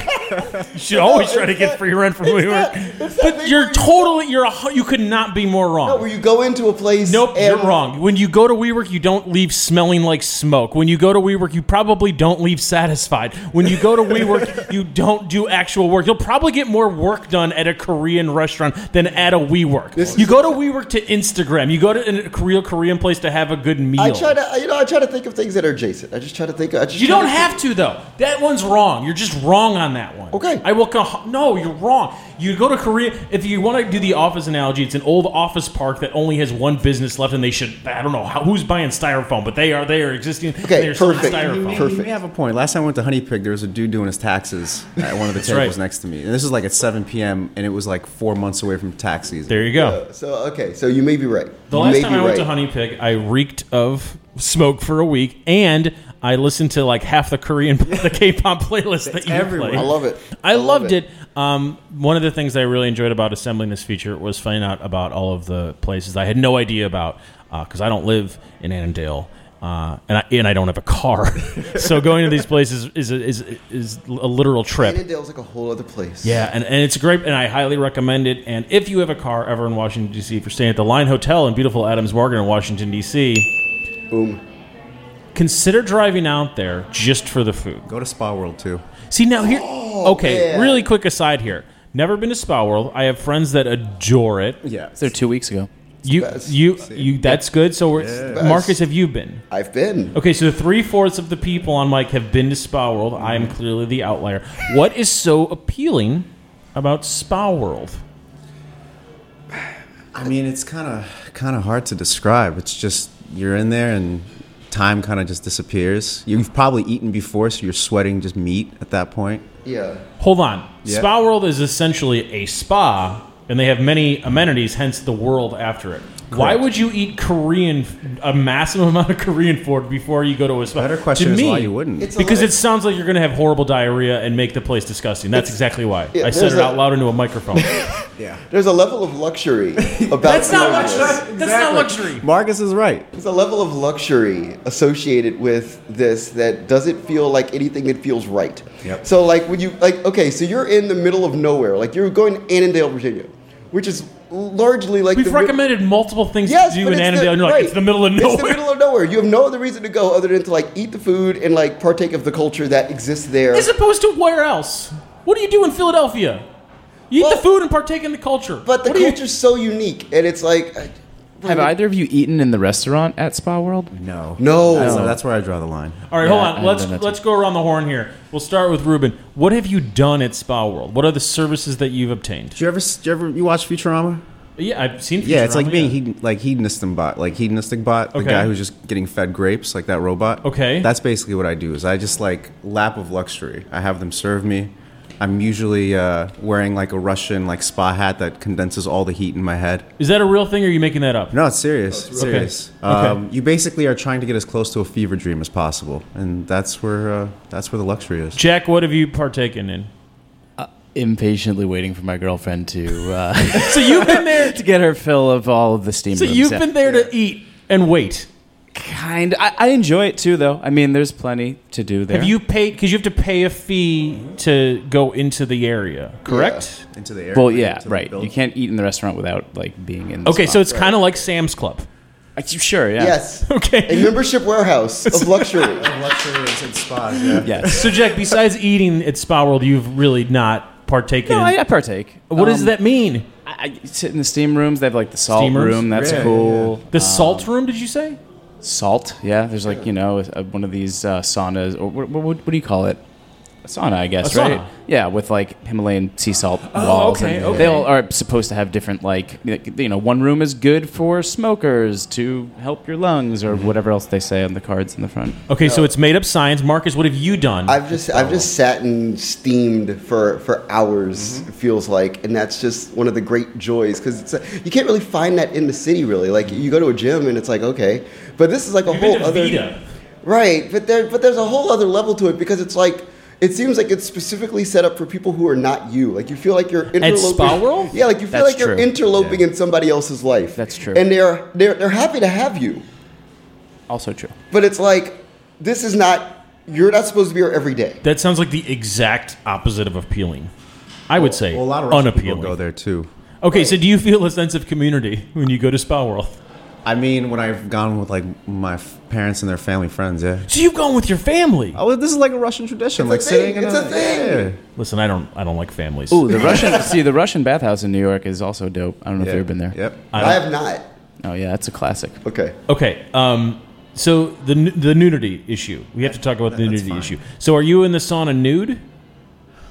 S1: WeWork. you should always try to
S3: it's
S1: get
S3: not-
S1: free rent from
S3: it's
S1: WeWork.
S3: not- it's that
S1: but
S3: thing
S1: you're
S3: where you-
S1: totally. You're a. hu- You could not be more wrong.
S3: No, where you go into a place.
S1: Nope, you're
S3: and-
S1: wrong. When you go to WeWork, you don't leave smelling like smoke. When you go to WeWork, you probably don't leave satisfied. When you go to WeWork, you don't do actual work. You'll probably get more work done at a Korean restaurant than at a WeWork. you go to WeWork to Instagram. You go to a Korean Korean place to have a good meal.
S3: I try to you know I try to think of things that are adjacent. I just try to think. I just
S1: you
S3: try
S1: don't
S3: to think-
S1: have to though. That one's wrong. You're just wrong on that one.
S3: Okay.
S1: I will. Con- no, you're wrong. You go to Korea. If you want to do the office analogy, it's an old office park that only has one business left, and they should. I don't know how, who's buying styrofoam, but they are. They are existing.
S3: Okay,
S1: they're selling
S3: perfect.
S1: Styrofoam.
S3: Perfect.
S4: You may have a point. Last time I went to Honey Pig, there was a dude doing his taxes at one of the tables
S1: right.
S4: next to me. And this was like at 7 p.m., and it was like four months away from tax season.
S1: There you go.
S3: So okay, so you may be right.
S1: The
S3: you
S1: last
S3: may
S1: time
S3: be
S1: I went
S3: right.
S1: to Honey Pig, I reeked of smoke for a week, and I listened to like half the Korean, the K-pop playlist that you
S4: everywhere.
S1: play.
S3: I love it.
S1: I,
S3: love
S1: loved it. Um, one of the things I really enjoyed about assembling this feature was finding out about all of the places I had no idea about because I don't live in Annandale. Uh, and I and I don't have a car, so going to these places is a, is is a literal trip.
S3: Annandale's like a whole other place.
S1: Yeah, and, and it's great, and I highly recommend it. And if you have a car ever in Washington D.C., if you're staying at the Line Hotel in beautiful Adams Morgan in Washington D.C.,
S3: Boom.
S1: consider driving out there just for the food.
S4: Go to Spa World, too.
S1: See now here.
S3: Oh,
S1: okay,
S3: man.
S1: really quick aside here. Never been to Spa World. I have friends that adore it.
S4: Yeah.
S2: There two weeks ago.
S1: You,
S3: best.
S1: you, you. That's good. So, we're,
S3: best.
S1: Marcus, have you been?
S3: I've been.
S1: Okay, so three fourths of the people on Mike have been to Spa World. I am clearly the outlier. What is so appealing about Spa World?
S4: I mean, it's kind of kind of hard to describe. It's just you're in there and time kind of just disappears. You've probably eaten before, so you're sweating just meat at that point.
S3: Yeah.
S1: Hold on.
S4: Yeah.
S1: Spa World is essentially a spa, and they have many amenities, hence the world after it. Why would you eat Korean, a massive amount of Korean food before you go to a spot?
S4: Better question
S1: to
S4: is
S1: me,
S4: why you wouldn't.
S3: It's a
S1: because
S3: lot-
S1: it sounds like you're going to have horrible diarrhea and make the place disgusting. That's exactly why.
S3: Yeah,
S1: I said
S3: there's
S1: it
S3: a-
S1: out loud into a microphone.
S4: yeah.
S3: There's a level of luxury about doing
S1: That's
S3: this.
S1: not luxury.
S4: Marcus is right.
S3: There's a level of luxury associated with this that doesn't feel like anything that feels right.
S4: Yep.
S3: So like when you like okay, so you're in the middle of nowhere. Like you're going to Annandale, Virginia, which is largely like
S1: We've
S3: the mi-
S1: recommended multiple things
S3: Yes,
S1: to do
S3: but
S1: in
S3: it's
S1: Annandale, and you're like,
S3: right.
S1: it's the middle of
S3: It's the
S1: nowhere.
S3: middle of nowhere. You have no other reason to go other than to like eat the food and like partake of the culture that exists there.
S1: As opposed to where else? What do you do in Philadelphia? You eat
S3: Well,
S1: the food and partake in the culture.
S3: but the
S1: What do you-
S3: culture's so unique, and it's like I-
S2: Have either of you eaten in the restaurant at Spa World?
S4: No.
S3: No.
S4: That's,
S3: No.
S4: that's where I draw the line.
S1: All right,
S2: Yeah,
S1: hold
S2: I
S1: on.
S2: haven't
S1: Let's
S2: done that
S1: let's go around the horn here. We'll start with Ruben. What have you done at Spa World? What are the services that you've obtained?
S4: Did you ever? Did you ever? You watch Futurama?
S1: Yeah, I've seen.
S4: Yeah, it's like
S1: Futurama,
S4: being
S1: yeah.
S4: he, like hedonistic bot, like hedonistic bot,
S1: Okay.
S4: the guy who's just getting fed grapes, like that robot.
S1: Okay.
S4: that's basically what I do. Is I just like lap of luxury. I have them serve me. I'm usually uh, wearing like a Russian like spa hat that condenses all the heat in my head.
S1: Is that a real thing? or Are you making that up?
S4: No, it's serious.
S1: Oh, real.
S4: serious.
S1: Okay. Okay.
S4: Um, You basically are trying to get as close to a fever dream as possible, and that's where uh, that's where the luxury is.
S1: Jack, what have you partaken in?
S2: Impatiently waiting for my girlfriend to uh,
S1: So you've been there.
S2: to get her fill of all of the steam.
S1: So
S2: rooms.
S1: you've
S2: Yeah.
S1: been there to eat and wait.
S2: kind. I, I enjoy it too, though. I mean, there's plenty to do there.
S1: Have you paid? Because you have to pay a fee to go into the area, correct?
S4: Into the air.
S2: Well, yeah, right.
S4: building.
S2: You can't eat in the restaurant without like being in. The
S1: Okay,
S2: spot.
S1: so it's kind of like Sam's Club.
S2: Uh, sure, yeah,
S3: yes, a
S1: Okay.
S3: membership warehouse of luxury.
S4: luxury is in spas. Yeah.
S2: yes.
S1: So Jack, besides eating at Spa World, you've really not partaken.
S2: No, I, I partake.
S1: what does
S2: Um,
S1: that mean?
S2: I, I sit in the steam rooms. They have like the salt
S1: Steam rooms?
S2: room. That's
S4: Yeah,
S2: cool.
S1: The
S2: um,
S1: salt room? Did you say?
S2: Salt, yeah. There's like you know a, one of these uh, saunas or what, what, what do you call it? A sauna, I guess,
S1: A sauna.
S2: right? Yeah, with like Himalayan sea salt walls.
S1: okay,
S2: and
S1: okay.
S2: They all are supposed to have different like you know one room is good for smokers to help your lungs or whatever else they say on the cards in the front.
S1: Okay, so it's made up science. Marcus, what have you done?
S3: I've just I've just sat and steamed for for hours. It feels like, and that's just one of the great joys because you can't really find that in the city. Really, like you go to a gym and it's like okay, but this is like a
S1: You've been
S3: whole
S1: to
S3: other
S1: Vita.
S3: right. But there but there's a whole other level to it because it's like. It seems like it's specifically set up for people who are not you. Like you feel like you're interloping.
S1: Spa World?
S3: Yeah, like you feel
S2: That's
S3: like you're
S2: true.
S3: interloping
S4: Yeah.
S3: in somebody else's life.
S2: That's true.
S3: And they're they're they're happy to have you.
S2: Also true.
S3: But it's like this is not you're not supposed to be here every day.
S1: that sounds like the exact opposite of appealing. I would say
S4: Well, a lot of Russian people
S1: unappealing.
S4: go there too.
S1: Okay, so do you feel a sense of community when you go to Spa World?
S4: I mean, when I've gone with like my f- parents and their family friends, yeah.
S1: So you've gone with your family.
S4: Oh, this is like a Russian
S3: It's a
S4: tradition, like
S3: thing,
S4: sitting. in
S3: it's a thing.
S4: Yeah.
S1: Listen, I don't, I don't like families.
S2: Ooh, the Russian. see, the Russian bathhouse in New York is also dope. I don't know if
S4: Yeah.
S2: you've ever been there.
S4: Yep.
S1: I don't-
S3: I have not.
S2: Oh yeah, that's a classic.
S3: Okay.
S1: Okay, um, so the nu- the nudity issue. We have to talk about the
S4: That's
S1: nudity
S4: fine.
S1: issue. So are you in the sauna nude?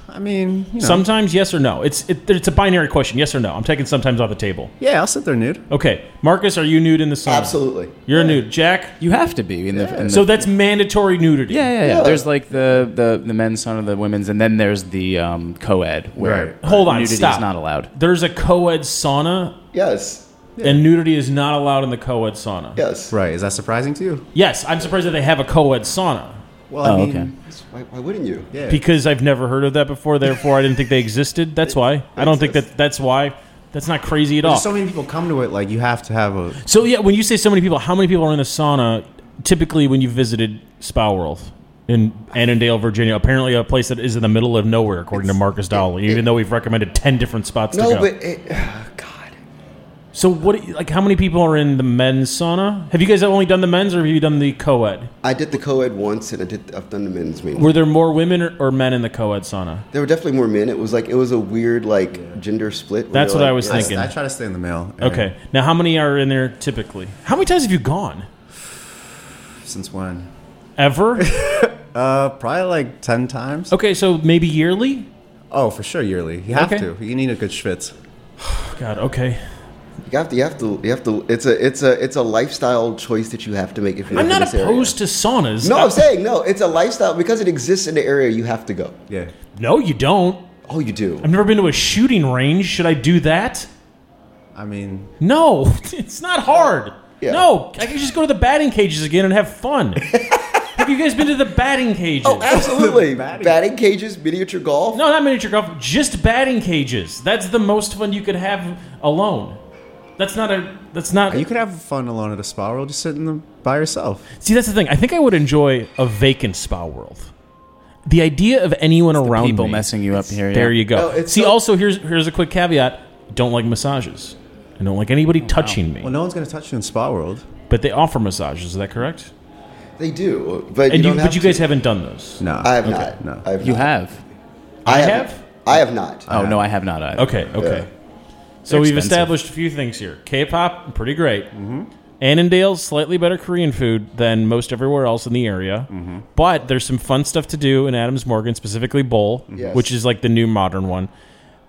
S4: I mean, you know.
S1: Sometimes, yes or no. It's it, it's a binary question, yes or no. I'm taking sometimes off the table.
S4: Yeah, I'll sit there nude.
S1: Okay, Marcus, are you nude in the sauna?
S3: Absolutely.
S1: You're nude, Jack.
S2: You have to be in the. in the-
S1: So that's mandatory nudity.
S2: yeah, yeah, yeah,
S3: Yeah.
S2: There's like the, the, the men's sauna, the women's, and then there's the um, co-ed where
S4: Right.
S1: Hold on,
S2: nudity
S1: stop.
S2: is not allowed.
S1: There's a co-ed sauna,
S3: Yes.
S1: and nudity is not allowed in the co-ed sauna.
S3: Yes.
S4: Right? Is that surprising to you?
S1: Yes, I'm surprised that they have a co-ed sauna
S4: Well, I
S2: Oh,
S4: mean,
S2: okay.
S3: Why, why wouldn't you?
S4: yeah.
S1: because I've never heard of that before. Therefore, I didn't think they existed. That's why. I don't think that that's why. That's not crazy at all.
S4: There's so many people come to it. Like you have to have a.
S1: So yeah, when you say so many people, how many people are in the sauna typically when you visited Spa World in Annandale, Virginia? Apparently, a place that is in the middle of nowhere, according to Marcus Dowell. Even though we've recommended ten different spots to
S3: No,
S1: go.
S3: but it, oh, God.
S1: so what? Like, how many people are in the men's sauna? Have you guys only done the men's, or have you done the co-ed?
S3: I did the co-ed once, and I did. I've done the men's meeting.
S1: Were there more women or, or men in the co-ed sauna?
S3: there were definitely more men. It was like it was a weird like gender split. where
S1: That's
S3: you're
S1: what I
S3: like,
S1: was
S3: yeah.
S4: I,
S1: thinking.
S4: I try to stay in the male. area.
S1: Okay, now how many are in there typically? How many times have you gone?
S4: Since when?
S1: Ever?
S4: Uh, probably like ten times.
S1: okay, so maybe yearly.
S4: Oh, for sure, yearly. You have
S1: Okay.
S4: to. You need a good schwitz.
S1: God, okay.
S3: You have to. You have to. You have to. It's a. It's a. It's a lifestyle choice that you have to make if you're
S1: I'm
S3: in
S1: not
S3: this area.
S1: opposed to saunas. Uh,
S3: No,
S1: I-
S3: I'm saying no. It's a lifestyle because it exists in the area. You have to go.
S4: Yeah.
S1: no, you don't.
S3: Oh, you do.
S1: I've never been to a shooting range. Should I do that?
S4: I mean,
S1: No, it's not hard.
S3: Yeah.
S1: No, I can just go to the batting cages again and have fun. have you guys been to the batting cages?
S3: Oh, absolutely.
S4: Batting-
S3: batting. cages, miniature golf.
S1: no, not miniature golf, just batting cages. That's the most fun you could have alone. That's not a. That's not.
S4: you could have fun alone at a spa world, just sitting there by yourself.
S1: See, that's the thing. I think I would enjoy a vacant spa world. The idea of anyone around
S2: people
S1: me.
S2: messing you up here.
S1: There
S2: yeah.
S1: you go.
S3: Oh, it's
S1: See,
S3: so-
S1: also here's here's a quick caveat. Don't like massages. I don't like anybody
S3: Oh,
S1: touching me.
S4: Well, no one's gonna touch you in spa world.
S1: But they offer massages. Is that correct?
S3: They do,
S1: And
S3: but you,
S1: you,
S3: don't
S1: but
S3: have
S1: you
S3: to.
S1: guys haven't done those.
S4: No,
S3: I have
S4: Okay.
S3: not.
S4: No,
S3: I have
S2: You
S3: not.
S2: have.
S3: I
S1: You
S3: have.
S1: have?
S3: I have not.
S2: Oh no, I have not either.
S1: Okay. Okay. So
S2: They're
S1: we've
S2: expensive.
S1: established a few things here. K-pop, pretty great.
S3: Mm-hmm.
S1: Annandale's slightly better Korean food than most everywhere else in the area,
S3: Mm-hmm.
S1: but there's some fun stuff to do in Adams Morgan, specifically Bowl,
S3: Yes.
S1: which is like the new modern one.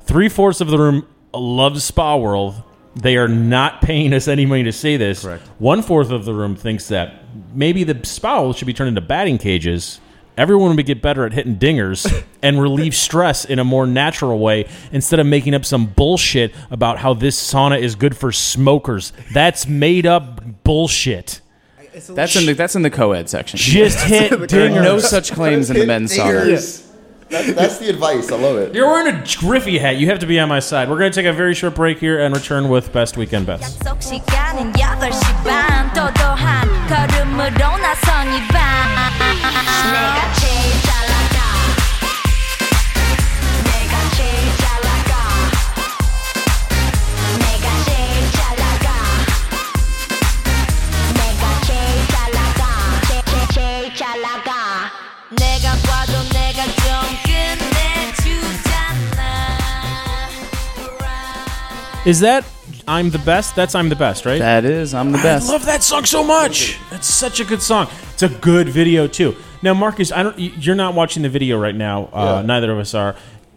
S1: Three fourths of the room loves Spa World. They are not paying us any money to say this.
S4: Correct.
S1: One fourth of the room thinks that maybe the Spa World should be turned into batting cages. Everyone would get better at hitting dingers and relieve stress in a more natural way instead of making up some bullshit about how this sauna is good for smokers. That's made up bullshit.
S2: That's in the that's in the co-ed section.
S1: Just hit
S2: There are
S1: dingers.
S2: no such claims in the men's soccer.
S3: Fingers. That's, that's the advice. I love it.
S1: You're wearing a Griffey hat. You have to be on my side. We're going to take a very short break here and return with Best Weekend Bets.
S5: 약속 시간은 8시 반 도도한 걸음으로 나선 이밤 내가 제일 잘 나가 내가 제일 잘 나가 내가 제일 잘 나가 내가 제일 잘 나가 제, 제, 제일 잘 나가 내가 봐도 내가 좀 끝내주잖아
S1: Is that I'm the best? That's I'm the best, right?
S2: That is, I'm the best.
S1: I love that song so much. That's such a good song. It's a good video too. Now, Marcus, I don't. y- You're not watching the video right now. Uh,
S3: Yeah.
S1: Neither of us are.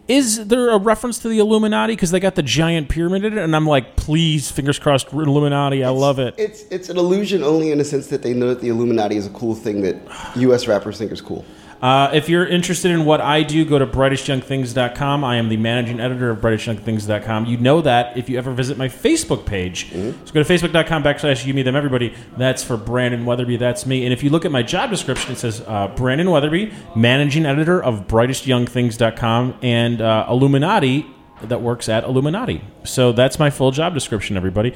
S1: Is there a reference to the Illuminati? Because they got the giant pyramid in it, and I'm like, please, fingers crossed, Illuminati. I love it.
S3: It's it's an illusion only in the sense that they know that the Illuminati is a cool thing that U.S. rappers think is cool.
S1: Uh, if you're interested in what I do, go to brightestyoungthings.com. I am the managing editor of brightestyoungthings.com. You know that if you ever visit my Facebook page. So go to facebook.com backslash you, me, them, everybody. That's for Brandon Weatherby. That's me. And if you look at my job description, it says uh, Brandon Weatherby, managing editor of brightestyoungthings.com and uh, Illuminati that works at Illuminati. So that's my full job description, everybody.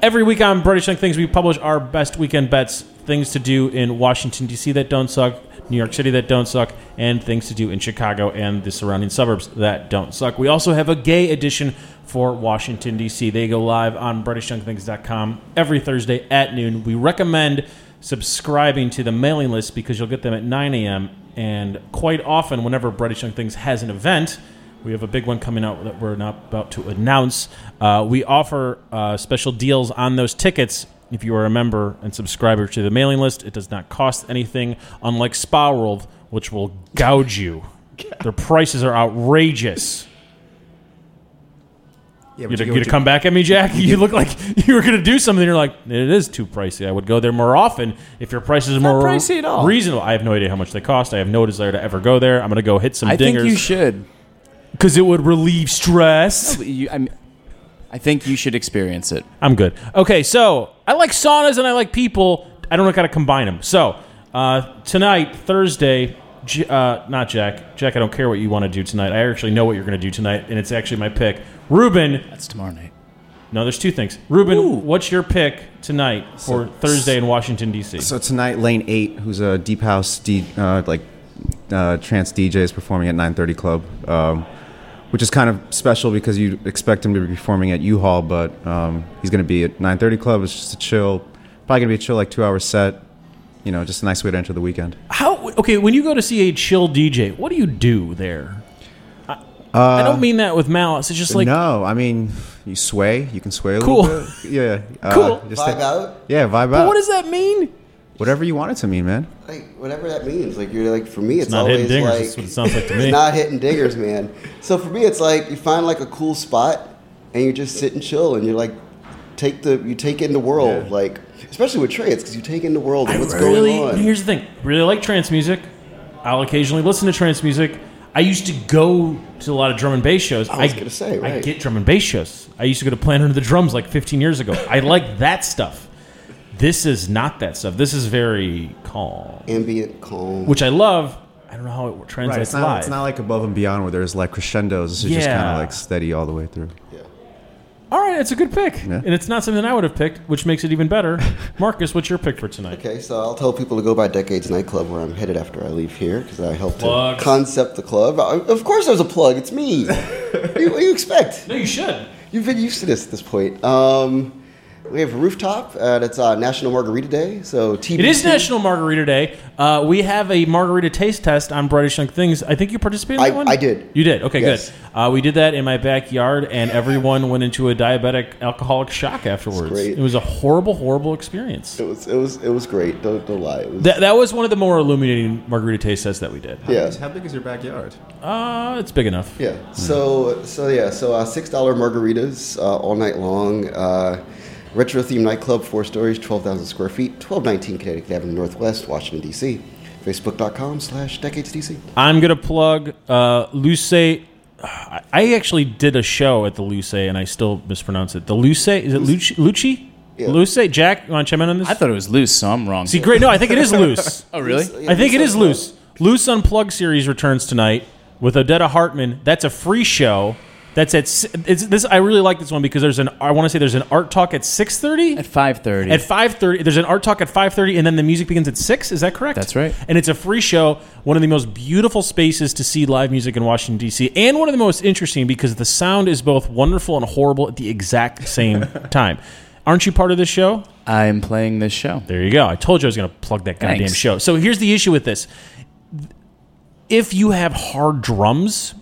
S1: Every week on British Young Things, we publish our best weekend bets, things to do in Washington, D.C. that don't suck, New York City that don't suck, and things to do in Chicago and the surrounding suburbs that don't suck. We also have a gay edition for Washington, D.C. They go live on BritishYoungThings.com every Thursday at noon. We recommend subscribing to the mailing list because you'll get them at 9 a.m. And quite often, whenever British Young Things has an event, we have a big one coming out that we're not about to announce. Uh, we offer uh, special deals on those tickets. If you are a member and subscriber to the mailing list, it does not cost anything, unlike Spa World, which will gouge you. Their prices are outrageous.
S4: Yeah,
S1: You're going to come back at me, Jack? You look like you were going to do something. You're like, it is too pricey. I would go there more often if your prices are more
S2: pricey at all.
S1: reasonable. I have no idea how much they cost. I have no desire to ever go there. I'm going to go hit some
S2: I think you
S1: dingers
S2: should.
S1: because it would relieve stress.
S2: You, I'm, I think you should experience it.
S1: I'm good. Okay, so I like saunas and I like people. I don't know how to combine them. So uh, tonight, Thursday, J- uh, not Jack. Jack, I don't care what you want to do tonight. I actually know what you're going to do tonight, and it's actually my pick. Ruben,
S2: That's tomorrow night.
S1: no, there's two things. Ruben, what's your pick tonight for Thursday in Washington D.C.?
S4: So tonight, Lane Eight, who's a deep house D, uh, like uh, trance DJ, is performing at 9:30 Club, um, which is kind of special because you expect him to be performing at U-Haul, but um, he's going to be at 9:30 Club. It's just a chill, probably going to be a chill like two-hour set. You know, just a nice way to enter the weekend.
S1: How okay? When you go to see a chill DJ, what do you do there? I, I don't mean that with malice. It's just like
S4: Uh, no, I mean you sway, you can sway a
S1: Cool.
S4: little bit. Yeah, uh,
S1: Cool.
S4: just
S3: Vibe
S4: that-
S3: out,
S4: Yeah, vibe
S1: But
S4: out.
S1: what does that mean?
S4: Whatever you want it to mean, man.
S3: like whatever that means. Like you're like for me, it's,
S1: not
S3: always
S1: hitting dingers.
S3: like
S1: That's what it sounds like to me.
S3: It's not hitting dingers, man. So for me, it's like you find like a cool spot and you just sit and chill and you're like take the you take in the world like especially with trance because you take in the world and what's
S1: really
S3: going on.
S1: here's the thing really like trance music i'll occasionally listen to trance music I used to go to a lot of drum and bass shows.
S3: I was gonna
S1: I
S3: say, right.
S1: get drum and bass shows. I used to go to Planet Under the Drums like 15 years ago. I like that stuff. This is not that stuff. This is very calm,
S3: Ambient, calm.
S1: which I love. I don't know how it
S4: Right,
S1: translates
S4: it's not,
S1: live.
S4: it's not like above and beyond where there's like crescendos. This is just kind
S1: Yeah.
S4: of like steady all the way through.
S3: yeah.
S1: All right, it's a good pick,
S4: Yeah.
S1: and it's not something I would have picked, which makes it even better. Marcus, what's your pick for tonight?
S3: Okay, so I'll tell people to go by Decades Nightclub where I'm headed after I leave here because I helped
S1: Plugs.
S3: to concept the club. I, of course, there's a plug. It's me. what, do you, what do you expect?
S1: No, you should.
S3: You've been used to this at this point. Um, we have a rooftop. Uh, that's uh, National Margarita Day. So TBT.
S1: It is National Margarita Day. Uh, we have a margarita taste test on British Young Things. I think you participated in
S3: I-
S1: that one?
S3: I did.
S1: You did? Okay,
S3: Yes.
S1: good. Uh, we did that in my backyard, and everyone went into a diabetic alcoholic shock afterwards.
S3: great.
S1: It was a horrible, horrible experience.
S3: It was. It was. It was great. Don't, don't lie. It was,
S1: That, that was one of the more illuminating margarita taste tests that we did.
S3: yeah.
S4: How big is your backyard?
S1: Uh, it's big enough.
S3: Yeah. So so yeah. So uh, six dollar margaritas uh, all night long. Uh, retro themed nightclub, four stories, twelve thousand square feet, twelve nineteen Connecticut Avenue Northwest, Washington D.C. Facebook.com slash decades DC.
S1: I'm gonna plug uh, Luce. I I actually did a show at the Luce, and I still mispronounce it. The Luce is it Luci? Lucci?
S3: Yeah.
S1: Luce? Jack, you want to chime in on this?
S2: I thought it was loose, so I'm wrong.
S1: See, great. No, I think it is loose.
S2: oh, really?
S3: Yeah,
S1: I think it
S3: Loose
S1: is loose.
S3: Unplugged.
S1: Loose Unplugged series returns tonight with Odetta Hartman. That's a free show. That's at si- it's, this. I really like this one because there's an. I want to say there's an art talk at six thirty.
S2: At 5.30.
S1: At five thirty, there's an art talk at five thirty, and then the music begins at six. Is that correct?
S2: That's right.
S1: And it's a free show, one of the most beautiful spaces to see live music in Washington D.C., and one of the most interesting because the sound is both wonderful and horrible at the exact same time. Aren't you part of this show?
S2: I'm playing this show.
S1: There you go. I told you I was going to plug that goddamn
S2: Thanks.
S1: show. So here's the issue with this: if you have hard drums,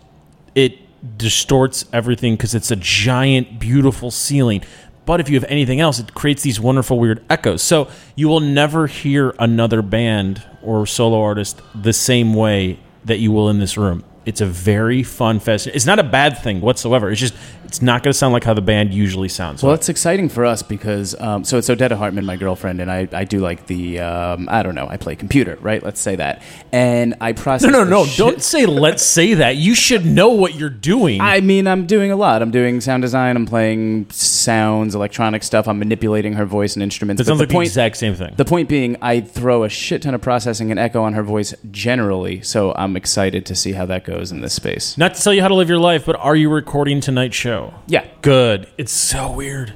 S1: it distorts everything because it's a giant, beautiful ceiling. But if you have anything else, it creates these wonderful, weird echoes. So you will never hear another band or solo artist the same way that you will in this room. It's a very fun fest. It's not a bad thing whatsoever. It's just it's not going to sound like how the band usually sounds.
S2: Well, it's exciting for us because um, so it's Odetta Hartman, my girlfriend, and I, I do like the um, I don't know I play computer, right? Let's say that, and I process.
S1: no,
S2: the
S1: no, no!
S2: shit-
S1: Don't say let's say that. You should know what you're doing.
S2: I mean, I'm doing a lot. I'm doing sound design. I'm playing sounds, electronic stuff. I'm manipulating her voice and instruments.
S1: That
S2: But
S1: sounds
S2: the
S1: like the exact same thing.
S2: The point being, I throw a shit ton of processing and echo on her voice generally, so I'm excited to see how that goes in this space.
S1: Not to tell you how to live your life, but are you recording tonight's show?
S2: Yeah,
S1: Good. It's so weird.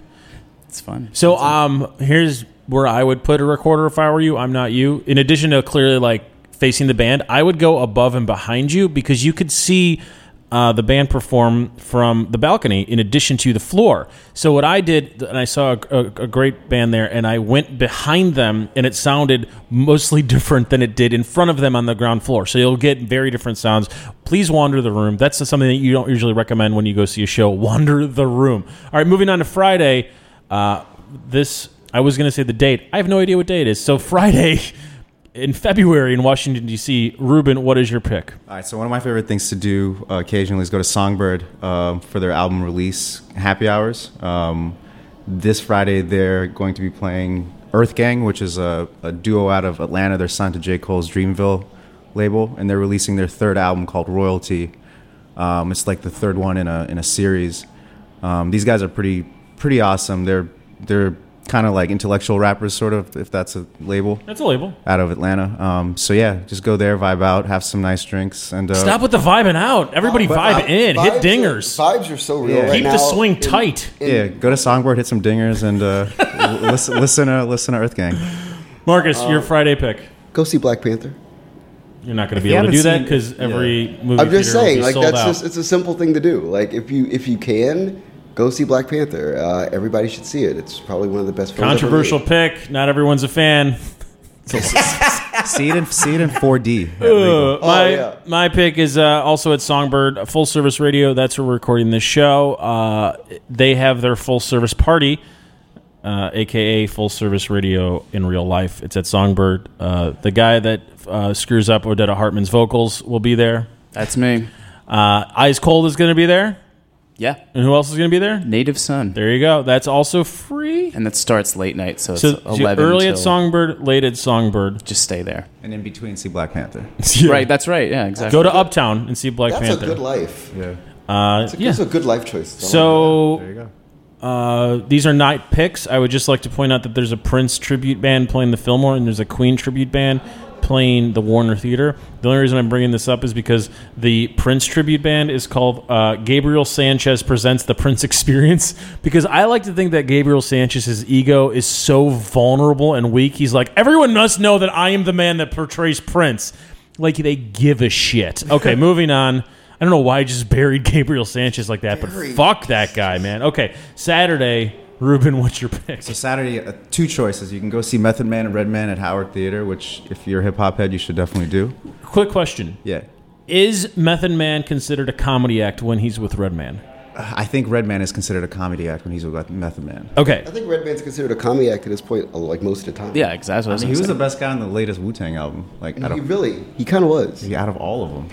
S2: it's fun.
S1: So um here's where I would put a recorder if I were you. I'm not you. In addition to clearly like facing the band, I would go above and behind you because you could see uh, the band perform from the balcony in addition to the floor. So what I did, and I saw a, a, a great band there, and I went behind them, and it sounded mostly different than it did in front of them on the ground floor. So you'll get very different sounds. Please wander the room. That's something that you don't usually recommend when you go see a show. Wander the room. All right, moving on to Friday. Uh, this I was going to say the date. I have no idea what day it is. So Friday in February in Washington D.C. Ruben, what is your pick?
S4: All right, so one of my favorite things to do uh, occasionally is go to Songbird um, for their album release happy hours. Um, this Friday, they're going to be playing Earth Gang, which is a, a duo out of Atlanta. They're signed to J. Cole's Dreamville label, and they're releasing their third album called Royalty. Um, it's like the third one in a in a series. Um, these guys are pretty pretty awesome. They're they're kind of like intellectual rappers, sort of, if that's a label.
S1: That's a label.
S4: Out of Atlanta, um, so yeah, just go there, vibe out, have some nice drinks, and uh,
S1: Stop with the vibing out. Everybody vibe in.
S3: uh, Vibes
S1: Hit dingers.
S3: Are, vibes are so real.
S4: Yeah.
S3: Right
S1: Keep the
S3: now
S1: swing
S3: in-
S1: tight.
S4: Yeah, go to Songbird, hit some dingers, and uh, l- listen, listen to listen to Earth Gang.
S1: Marcus,
S3: Um,
S1: your Friday pick.
S3: Go see Black Panther.
S1: You're not going to be
S4: you
S1: able to
S4: haven't
S1: do that because
S4: seen- yeah.
S1: every movie
S3: I'm just
S1: theater will
S3: saying,
S1: be
S3: like
S1: sold
S3: that's
S1: out.
S3: just it's a simple thing to do. Like if you if you can go see Black Panther, uh, everybody should see it. It's probably one of the best films ever made.
S1: controversial pick. Not everyone's a fan.
S4: See it in see it in 4D. at
S1: Uh, my
S4: Regal.
S3: Oh, yeah.
S1: my pick is uh, also at Songbird uh, Full Service Radio. That's where we're recording this show. Uh, they have their full service party, uh, aka Full Service Radio in real life. It's at Songbird. Uh, the guy that uh, screws up Odetta Hartman's vocals will be there.
S2: That's me.
S1: Uh, Eyes Cold is going to be there.
S2: Yeah.
S1: And who else is going to be there?
S2: Native Son.
S1: There you go. That's also free.
S2: And that starts late night, so it's
S1: So, so
S2: 11
S1: early at
S2: till-
S1: Songbird, late at Songbird.
S2: Just stay there.
S4: And in between, see Black Panther.
S2: Right, that's right. Yeah, exactly.
S1: Go to Uptown and see Black
S3: That's
S1: Panther.
S3: a good life.
S4: Yeah.
S1: Uh,
S3: It's a,
S1: yeah.
S3: it's a good life choice. I like
S1: So
S4: There you go.
S1: uh, these are not picks. I would just like to point out that there's a Prince tribute band playing the Fillmore, and there's a Queen tribute band playing the Warner Theater. The only reason I'm bringing this up is because the Prince tribute band is called uh, Gabriel Sanchez Presents the Prince Experience. Because I like to think that Gabriel Sanchez's ego is so vulnerable and weak. He's like, everyone must know that I am the man that portrays Prince. Like they give a shit. Okay, moving on. I don't know why I just buried Gabriel Sanchez like that, but fuck that guy, man. Okay, Saturday, Ruben, what's your pick?
S4: So Saturday, uh, two choices. You can go see Method Man and Redman at Howard Theater, which if you're a hip hop head, you should definitely do.
S1: Quick question:
S4: Yeah.
S1: Is Method Man considered a comedy act when he's with Redman?
S4: I think Redman is considered a comedy act when he's with Method Man.
S1: Okay,
S3: I think Redman's considered a comedy act at this point, uh, like most of the time.
S2: yeah, exactly.
S4: He was the best guy on the latest Wu Tang album. Like out
S3: he
S4: of,
S3: really, he kind of was.
S4: out of all of them.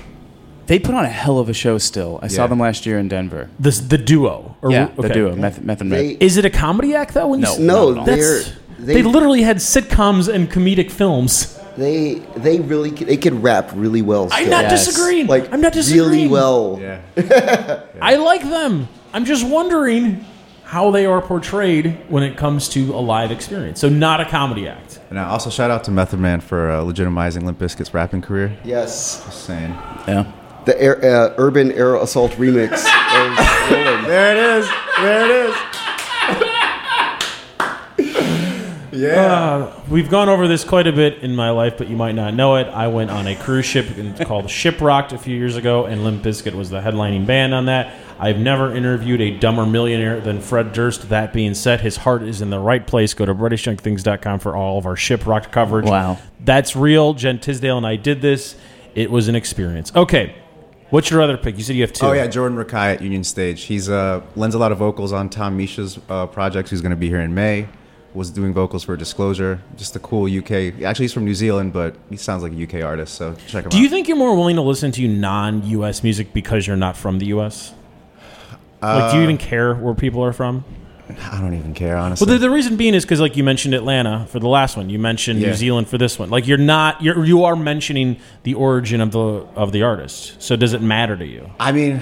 S2: they put on a hell of a show still. I saw
S4: Yeah.
S2: them last year in Denver.
S1: the the duo. Or,
S2: yeah, the
S1: okay.
S2: duo, Meth, Meth and Red.
S3: They-
S1: Is it a comedy act though? When you
S2: No.
S1: s-
S3: No,
S2: Not at all.
S3: they're,
S1: that's
S3: they,
S1: they literally had sitcoms and comedic films.
S3: they they really c- they could rap really well.
S1: I'm
S3: still.
S1: not
S2: Yes.
S1: disagreeing.
S3: like
S1: I'm not disagreeing.
S3: really well.
S4: Yeah.
S1: I like them. I'm just wondering how they are portrayed when it comes to a live experience. So not a comedy act.
S4: And I also shout out to Method Man for uh, legitimizing Limp Bizkit's rapping career.
S3: Yes,
S4: Just saying.
S2: Yeah.
S3: the air, uh, Urban Air Assault remix. is rolling.
S4: There it is. There it is. yeah.
S1: Uh, We've gone over this quite a bit in my life, but you might not know it. I went on a cruise ship called Shiprocked a few years ago, and Limp Bizkit was the headlining band on that. I've never interviewed a dumber millionaire than Fred Durst. That being said, his heart is in the right place. Go to BritishJunkThings.com for all of our Shiprocked coverage.
S2: Wow.
S1: That's real. Jen Tisdale and I did this. It was an experience. Okay. What's your other pick? You said you have two.
S4: Oh yeah, Jordan Rakai at Union Stage. He's uh, lends a lot of vocals on Tom Misha's uh, projects. Who's going to be here in May? Was doing vocals for Disclosure. Just a cool UK. Actually, he's from New Zealand, but he sounds like a UK artist. So check him out.
S1: Do you think you're more willing to listen to non-U.S. music because you're not from the U.S.? like, do you even care where people are from?
S4: I don't even care, honestly.
S1: Uh, Well, the, the reason being is because, like, you mentioned Atlanta for the last one. You mentioned
S4: Yeah.
S1: New Zealand for this one. Like, you're not you're you are mentioning the origin of the of the artist. So, does it matter to you?
S4: I mean,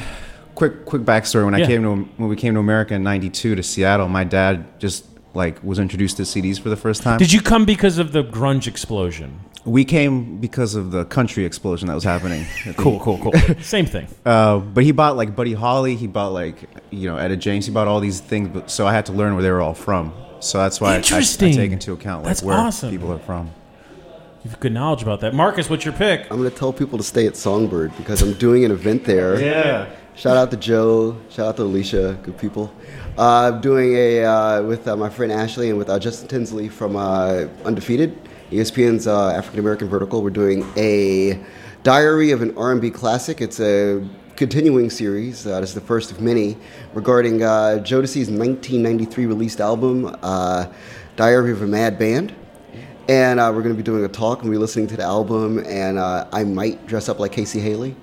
S4: quick quick backstory. When
S1: Yeah.
S4: I came to when we came to America in '92 to Seattle, my dad just like was introduced to CDs for the first time.
S1: Did you come because of the grunge explosion?
S4: we came because of the country explosion that was happening. cool, cool, cool.
S1: Same thing.
S4: Uh, but he bought like Buddy Holly. He bought like you know Etta James. He bought all these things. But, so I had to learn where they were all from. So that's why I- I, I,
S1: Interesting.
S4: take into account like
S1: That's
S4: where
S1: awesome.
S4: people are from.
S1: You have good knowledge about that, Marcus. What's your pick?
S3: I'm gonna tell people to stay at Songbird because I'm doing an event there.
S4: Yeah.
S3: Shout out to Joe. Shout out to Alicia. Good people. Uh, I'm doing a uh, with uh, my friend Ashley and with uh, Justin Tinsley from uh, Undefeated, ESPN's uh, African American Vertical. We're doing a diary of an R&B classic. It's a continuing series. Uh, this is the first of many regarding uh, Jodeci's 1993 released album, uh, Diary of a Mad Band. And uh, we're going to be doing a talk and we're listening to the album. And uh, I might dress up like Casey Haley.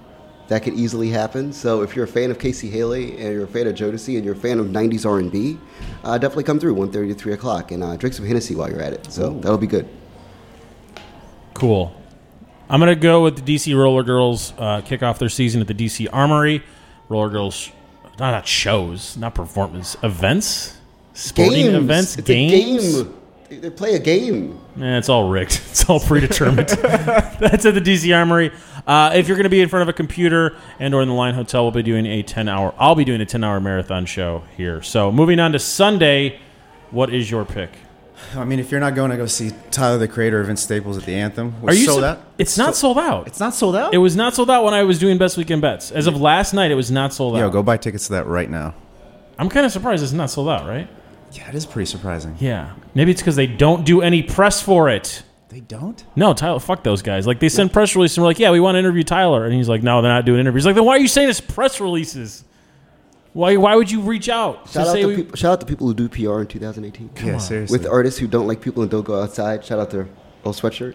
S3: That could easily happen. So if you're a fan of Casey Haley and you're a fan of Jodeci and you're a fan of 90s R&B, uh, definitely come through 1.30 to 3 o'clock and uh, drink some Hennessy while you're at it. So that'll be good.
S1: Cool. I'm gonna go with the DC Roller Girls. Uh, kick off their season at the DC Armory. Roller Girls, not, not shows, not performance events, sporting
S3: games.
S1: events,
S3: it's
S1: games.
S3: a game. They- They play a game.
S1: Eh, it's all rigged. It's all predetermined. That's at the DC Armory. Uh, if you're going to be in front of a computer and or in the Line Hotel, we'll be doing a 10 hour. I'll be doing a 10 hour marathon show here. So moving on to Sunday, what is your pick?
S4: I mean, if you're not going to go see Tyler the Creator or Vince Staples at the Anthem,
S1: Are
S4: which
S1: you
S4: sold
S1: so-
S4: out?
S1: It's not sold out.
S4: It's not sold out.
S1: It was not sold out when I was doing best weekend bets. As of last night, it was not sold out.
S4: Yo, go buy tickets to that right now.
S1: I'm kind of surprised it's not sold out, right?
S4: Yeah, it is pretty surprising.
S1: Yeah. Maybe it's because they don't do any press for it.
S4: They don't.
S1: No, Tyler, fuck those guys. Like, they send press releases and we're like, yeah, we want to interview Tyler. And he's like, no, they're not doing interviews. Like, then why are you saying it's press releases? Why, why would you reach out?
S3: Shout out,
S1: say
S3: to
S1: we-
S3: people, shout out to people who do PR in 2018.
S4: yeah, seriously.
S3: With artists who don't like people and don't go outside. Shout out to Old Sweatshirt.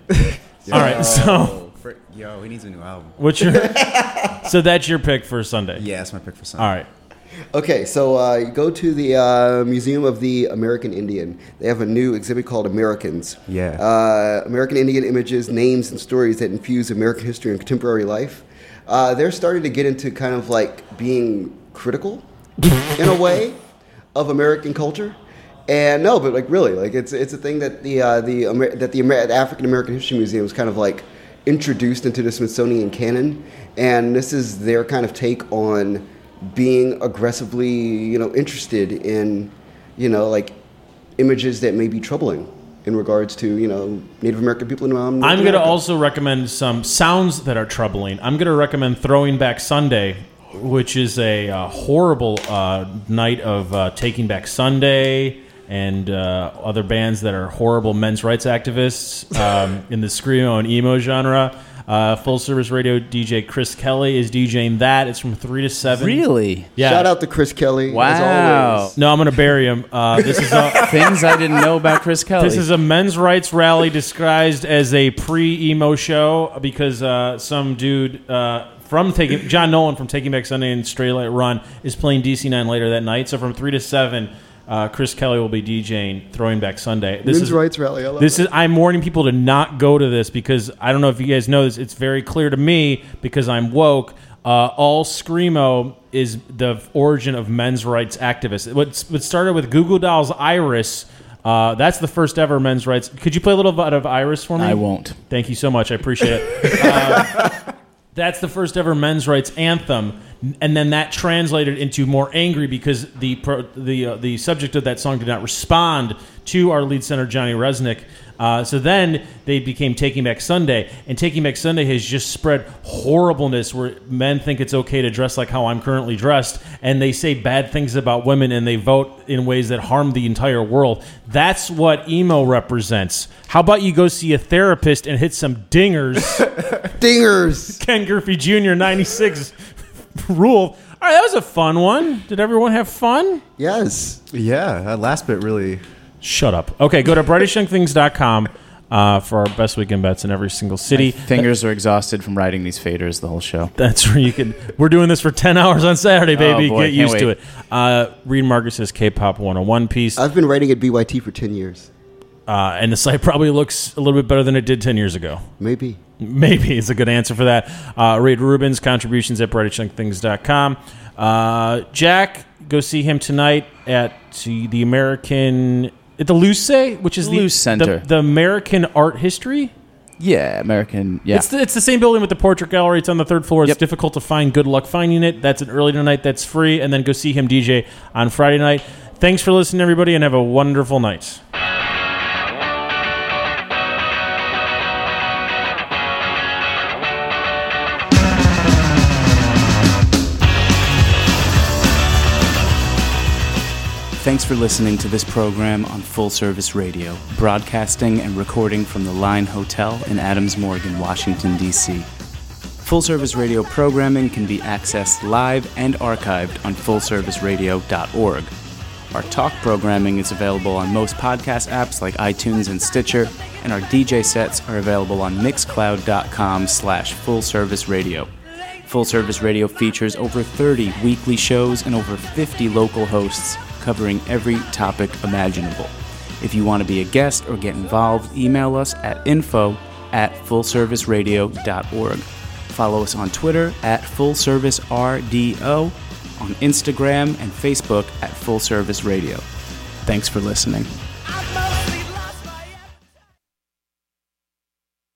S1: All right,
S4: Oh.
S1: so
S4: Frick, Yo, he needs a new album.
S1: what's your. so that's your pick for Sunday.
S4: Yeah, that's my pick for Sunday.
S1: All right.
S3: Okay, so uh, you go to the uh, Museum of the American Indian. They have a new exhibit called Americans.
S4: Yeah.
S3: Uh, American Indian images, names, and stories that infuse American history and contemporary life. Uh, they're starting to get into kind of like being critical in a way of American culture. And no, but like really, like it's it's a thing that the uh, the Amer- that the Amer- African American History Museum is kind of like introduced into the Smithsonian canon, and this is their kind of take on being aggressively you know interested in you know like images that may be troubling in regards to you know Native American people in um, North
S1: I'm going to
S3: America.
S1: also recommend some sounds that are troubling. I'm going to recommend Throwing Back Sunday, which is a uh, horrible uh, night of uh, Taking Back Sunday and uh, other bands that are horrible men's rights activists um, in the screamo and emo genre. Uh, full service radio DJ Chris Kelly is DJing that. It's from three to seven.
S2: Really?
S1: Yeah.
S3: shout out to Chris Kelly. as
S2: Wow.
S3: always.
S1: No, I'm going to bury him. Uh, this is a,
S2: Things I didn't know about Chris Kelly.
S1: This is a men's rights rally disguised as a pre-emo show because uh, some dude uh, from taking John Nolan from Taking Back Sunday and Straight Light Run is playing DC Nine later that night. So from three to seven, uh, Chris Kelly will be DJing Throwing Back Sunday. This
S3: Men's
S1: is
S3: rights rally. I love
S1: This
S3: it.
S1: is I'm warning people to not go to this because I don't know if you guys know this. It's very clear to me because I'm woke. Uh, all screamo is the origin of men's rights activists. What, what started with Google Dolls Iris. Uh, that's the first ever men's rights. Could you play a little bit of Iris for me?
S2: I won't.
S1: Thank you so much. I appreciate it. That's the first ever men's rights anthem, and then that translated into more angry because the pro, the uh, the subject of that song did not respond to our lead singer Johnny Resnick. Uh, so then they became Taking Back Sunday, and Taking Back Sunday has just spread horribleness where men think it's okay to dress like how I'm currently dressed, and they say bad things about women, and they vote in ways that harm the entire world. That's what emo represents. How about you go see a therapist and hit some dingers?
S3: Dingers.
S1: Ken Griffey Jr. 96 rule. All right, that was a fun one. Did everyone have fun?
S3: Yes.
S4: Yeah, that last bit really.
S1: Shut up. Okay, go to BritishYoungThings.com uh, for our best weekend bets in every single city.
S2: Fingers are exhausted from riding these faders the whole show.
S1: That's where you can. We're doing this for 10 hours on Saturday, baby.
S2: Oh, boy,
S1: Get
S2: can't
S1: used to
S2: wait.
S1: it. Uh, Reed Marcus's K pop 101 piece. Uh,
S3: I've been writing at BYT for ten years.
S1: and the site probably looks a little bit better than it did 10 years ago.
S3: Maybe.
S1: Maybe is a good answer for that. Uh, Reid Rubin's contributions at brightchunkthings.com. Uh, Jack, go see him tonight at the the American at the Luce, which is the
S2: Luce Center.
S1: the, the American Art History.
S2: Yeah, American. Yeah.
S1: It's the, it's the same building with the portrait gallery. It's on the third floor. It's
S2: Yep.
S1: difficult to find. Good luck finding it. That's an early tonight. That's free, and then go see him DJ on Friday night. Thanks for listening, everybody, and have a wonderful night.
S2: Thanks for listening to this program on Full Service Radio, broadcasting and recording from the Line Hotel in Adams Morgan, Washington, D.C. Full Service Radio programming can be accessed live and archived on fullserviceradio.org. Our talk programming is available on most podcast apps like iTunes and Stitcher, and our DJ sets are available on mixcloud.com slash full service radio. Full Service Radio features over 30 weekly shows and over 50 local hosts covering every topic imaginable. If you want to be a guest or get involved, email us at info at fullserviceradio.org. Follow us on Twitter at fullservicerdo, on Instagram and Facebook at Full Service Radio. Thanks for listening.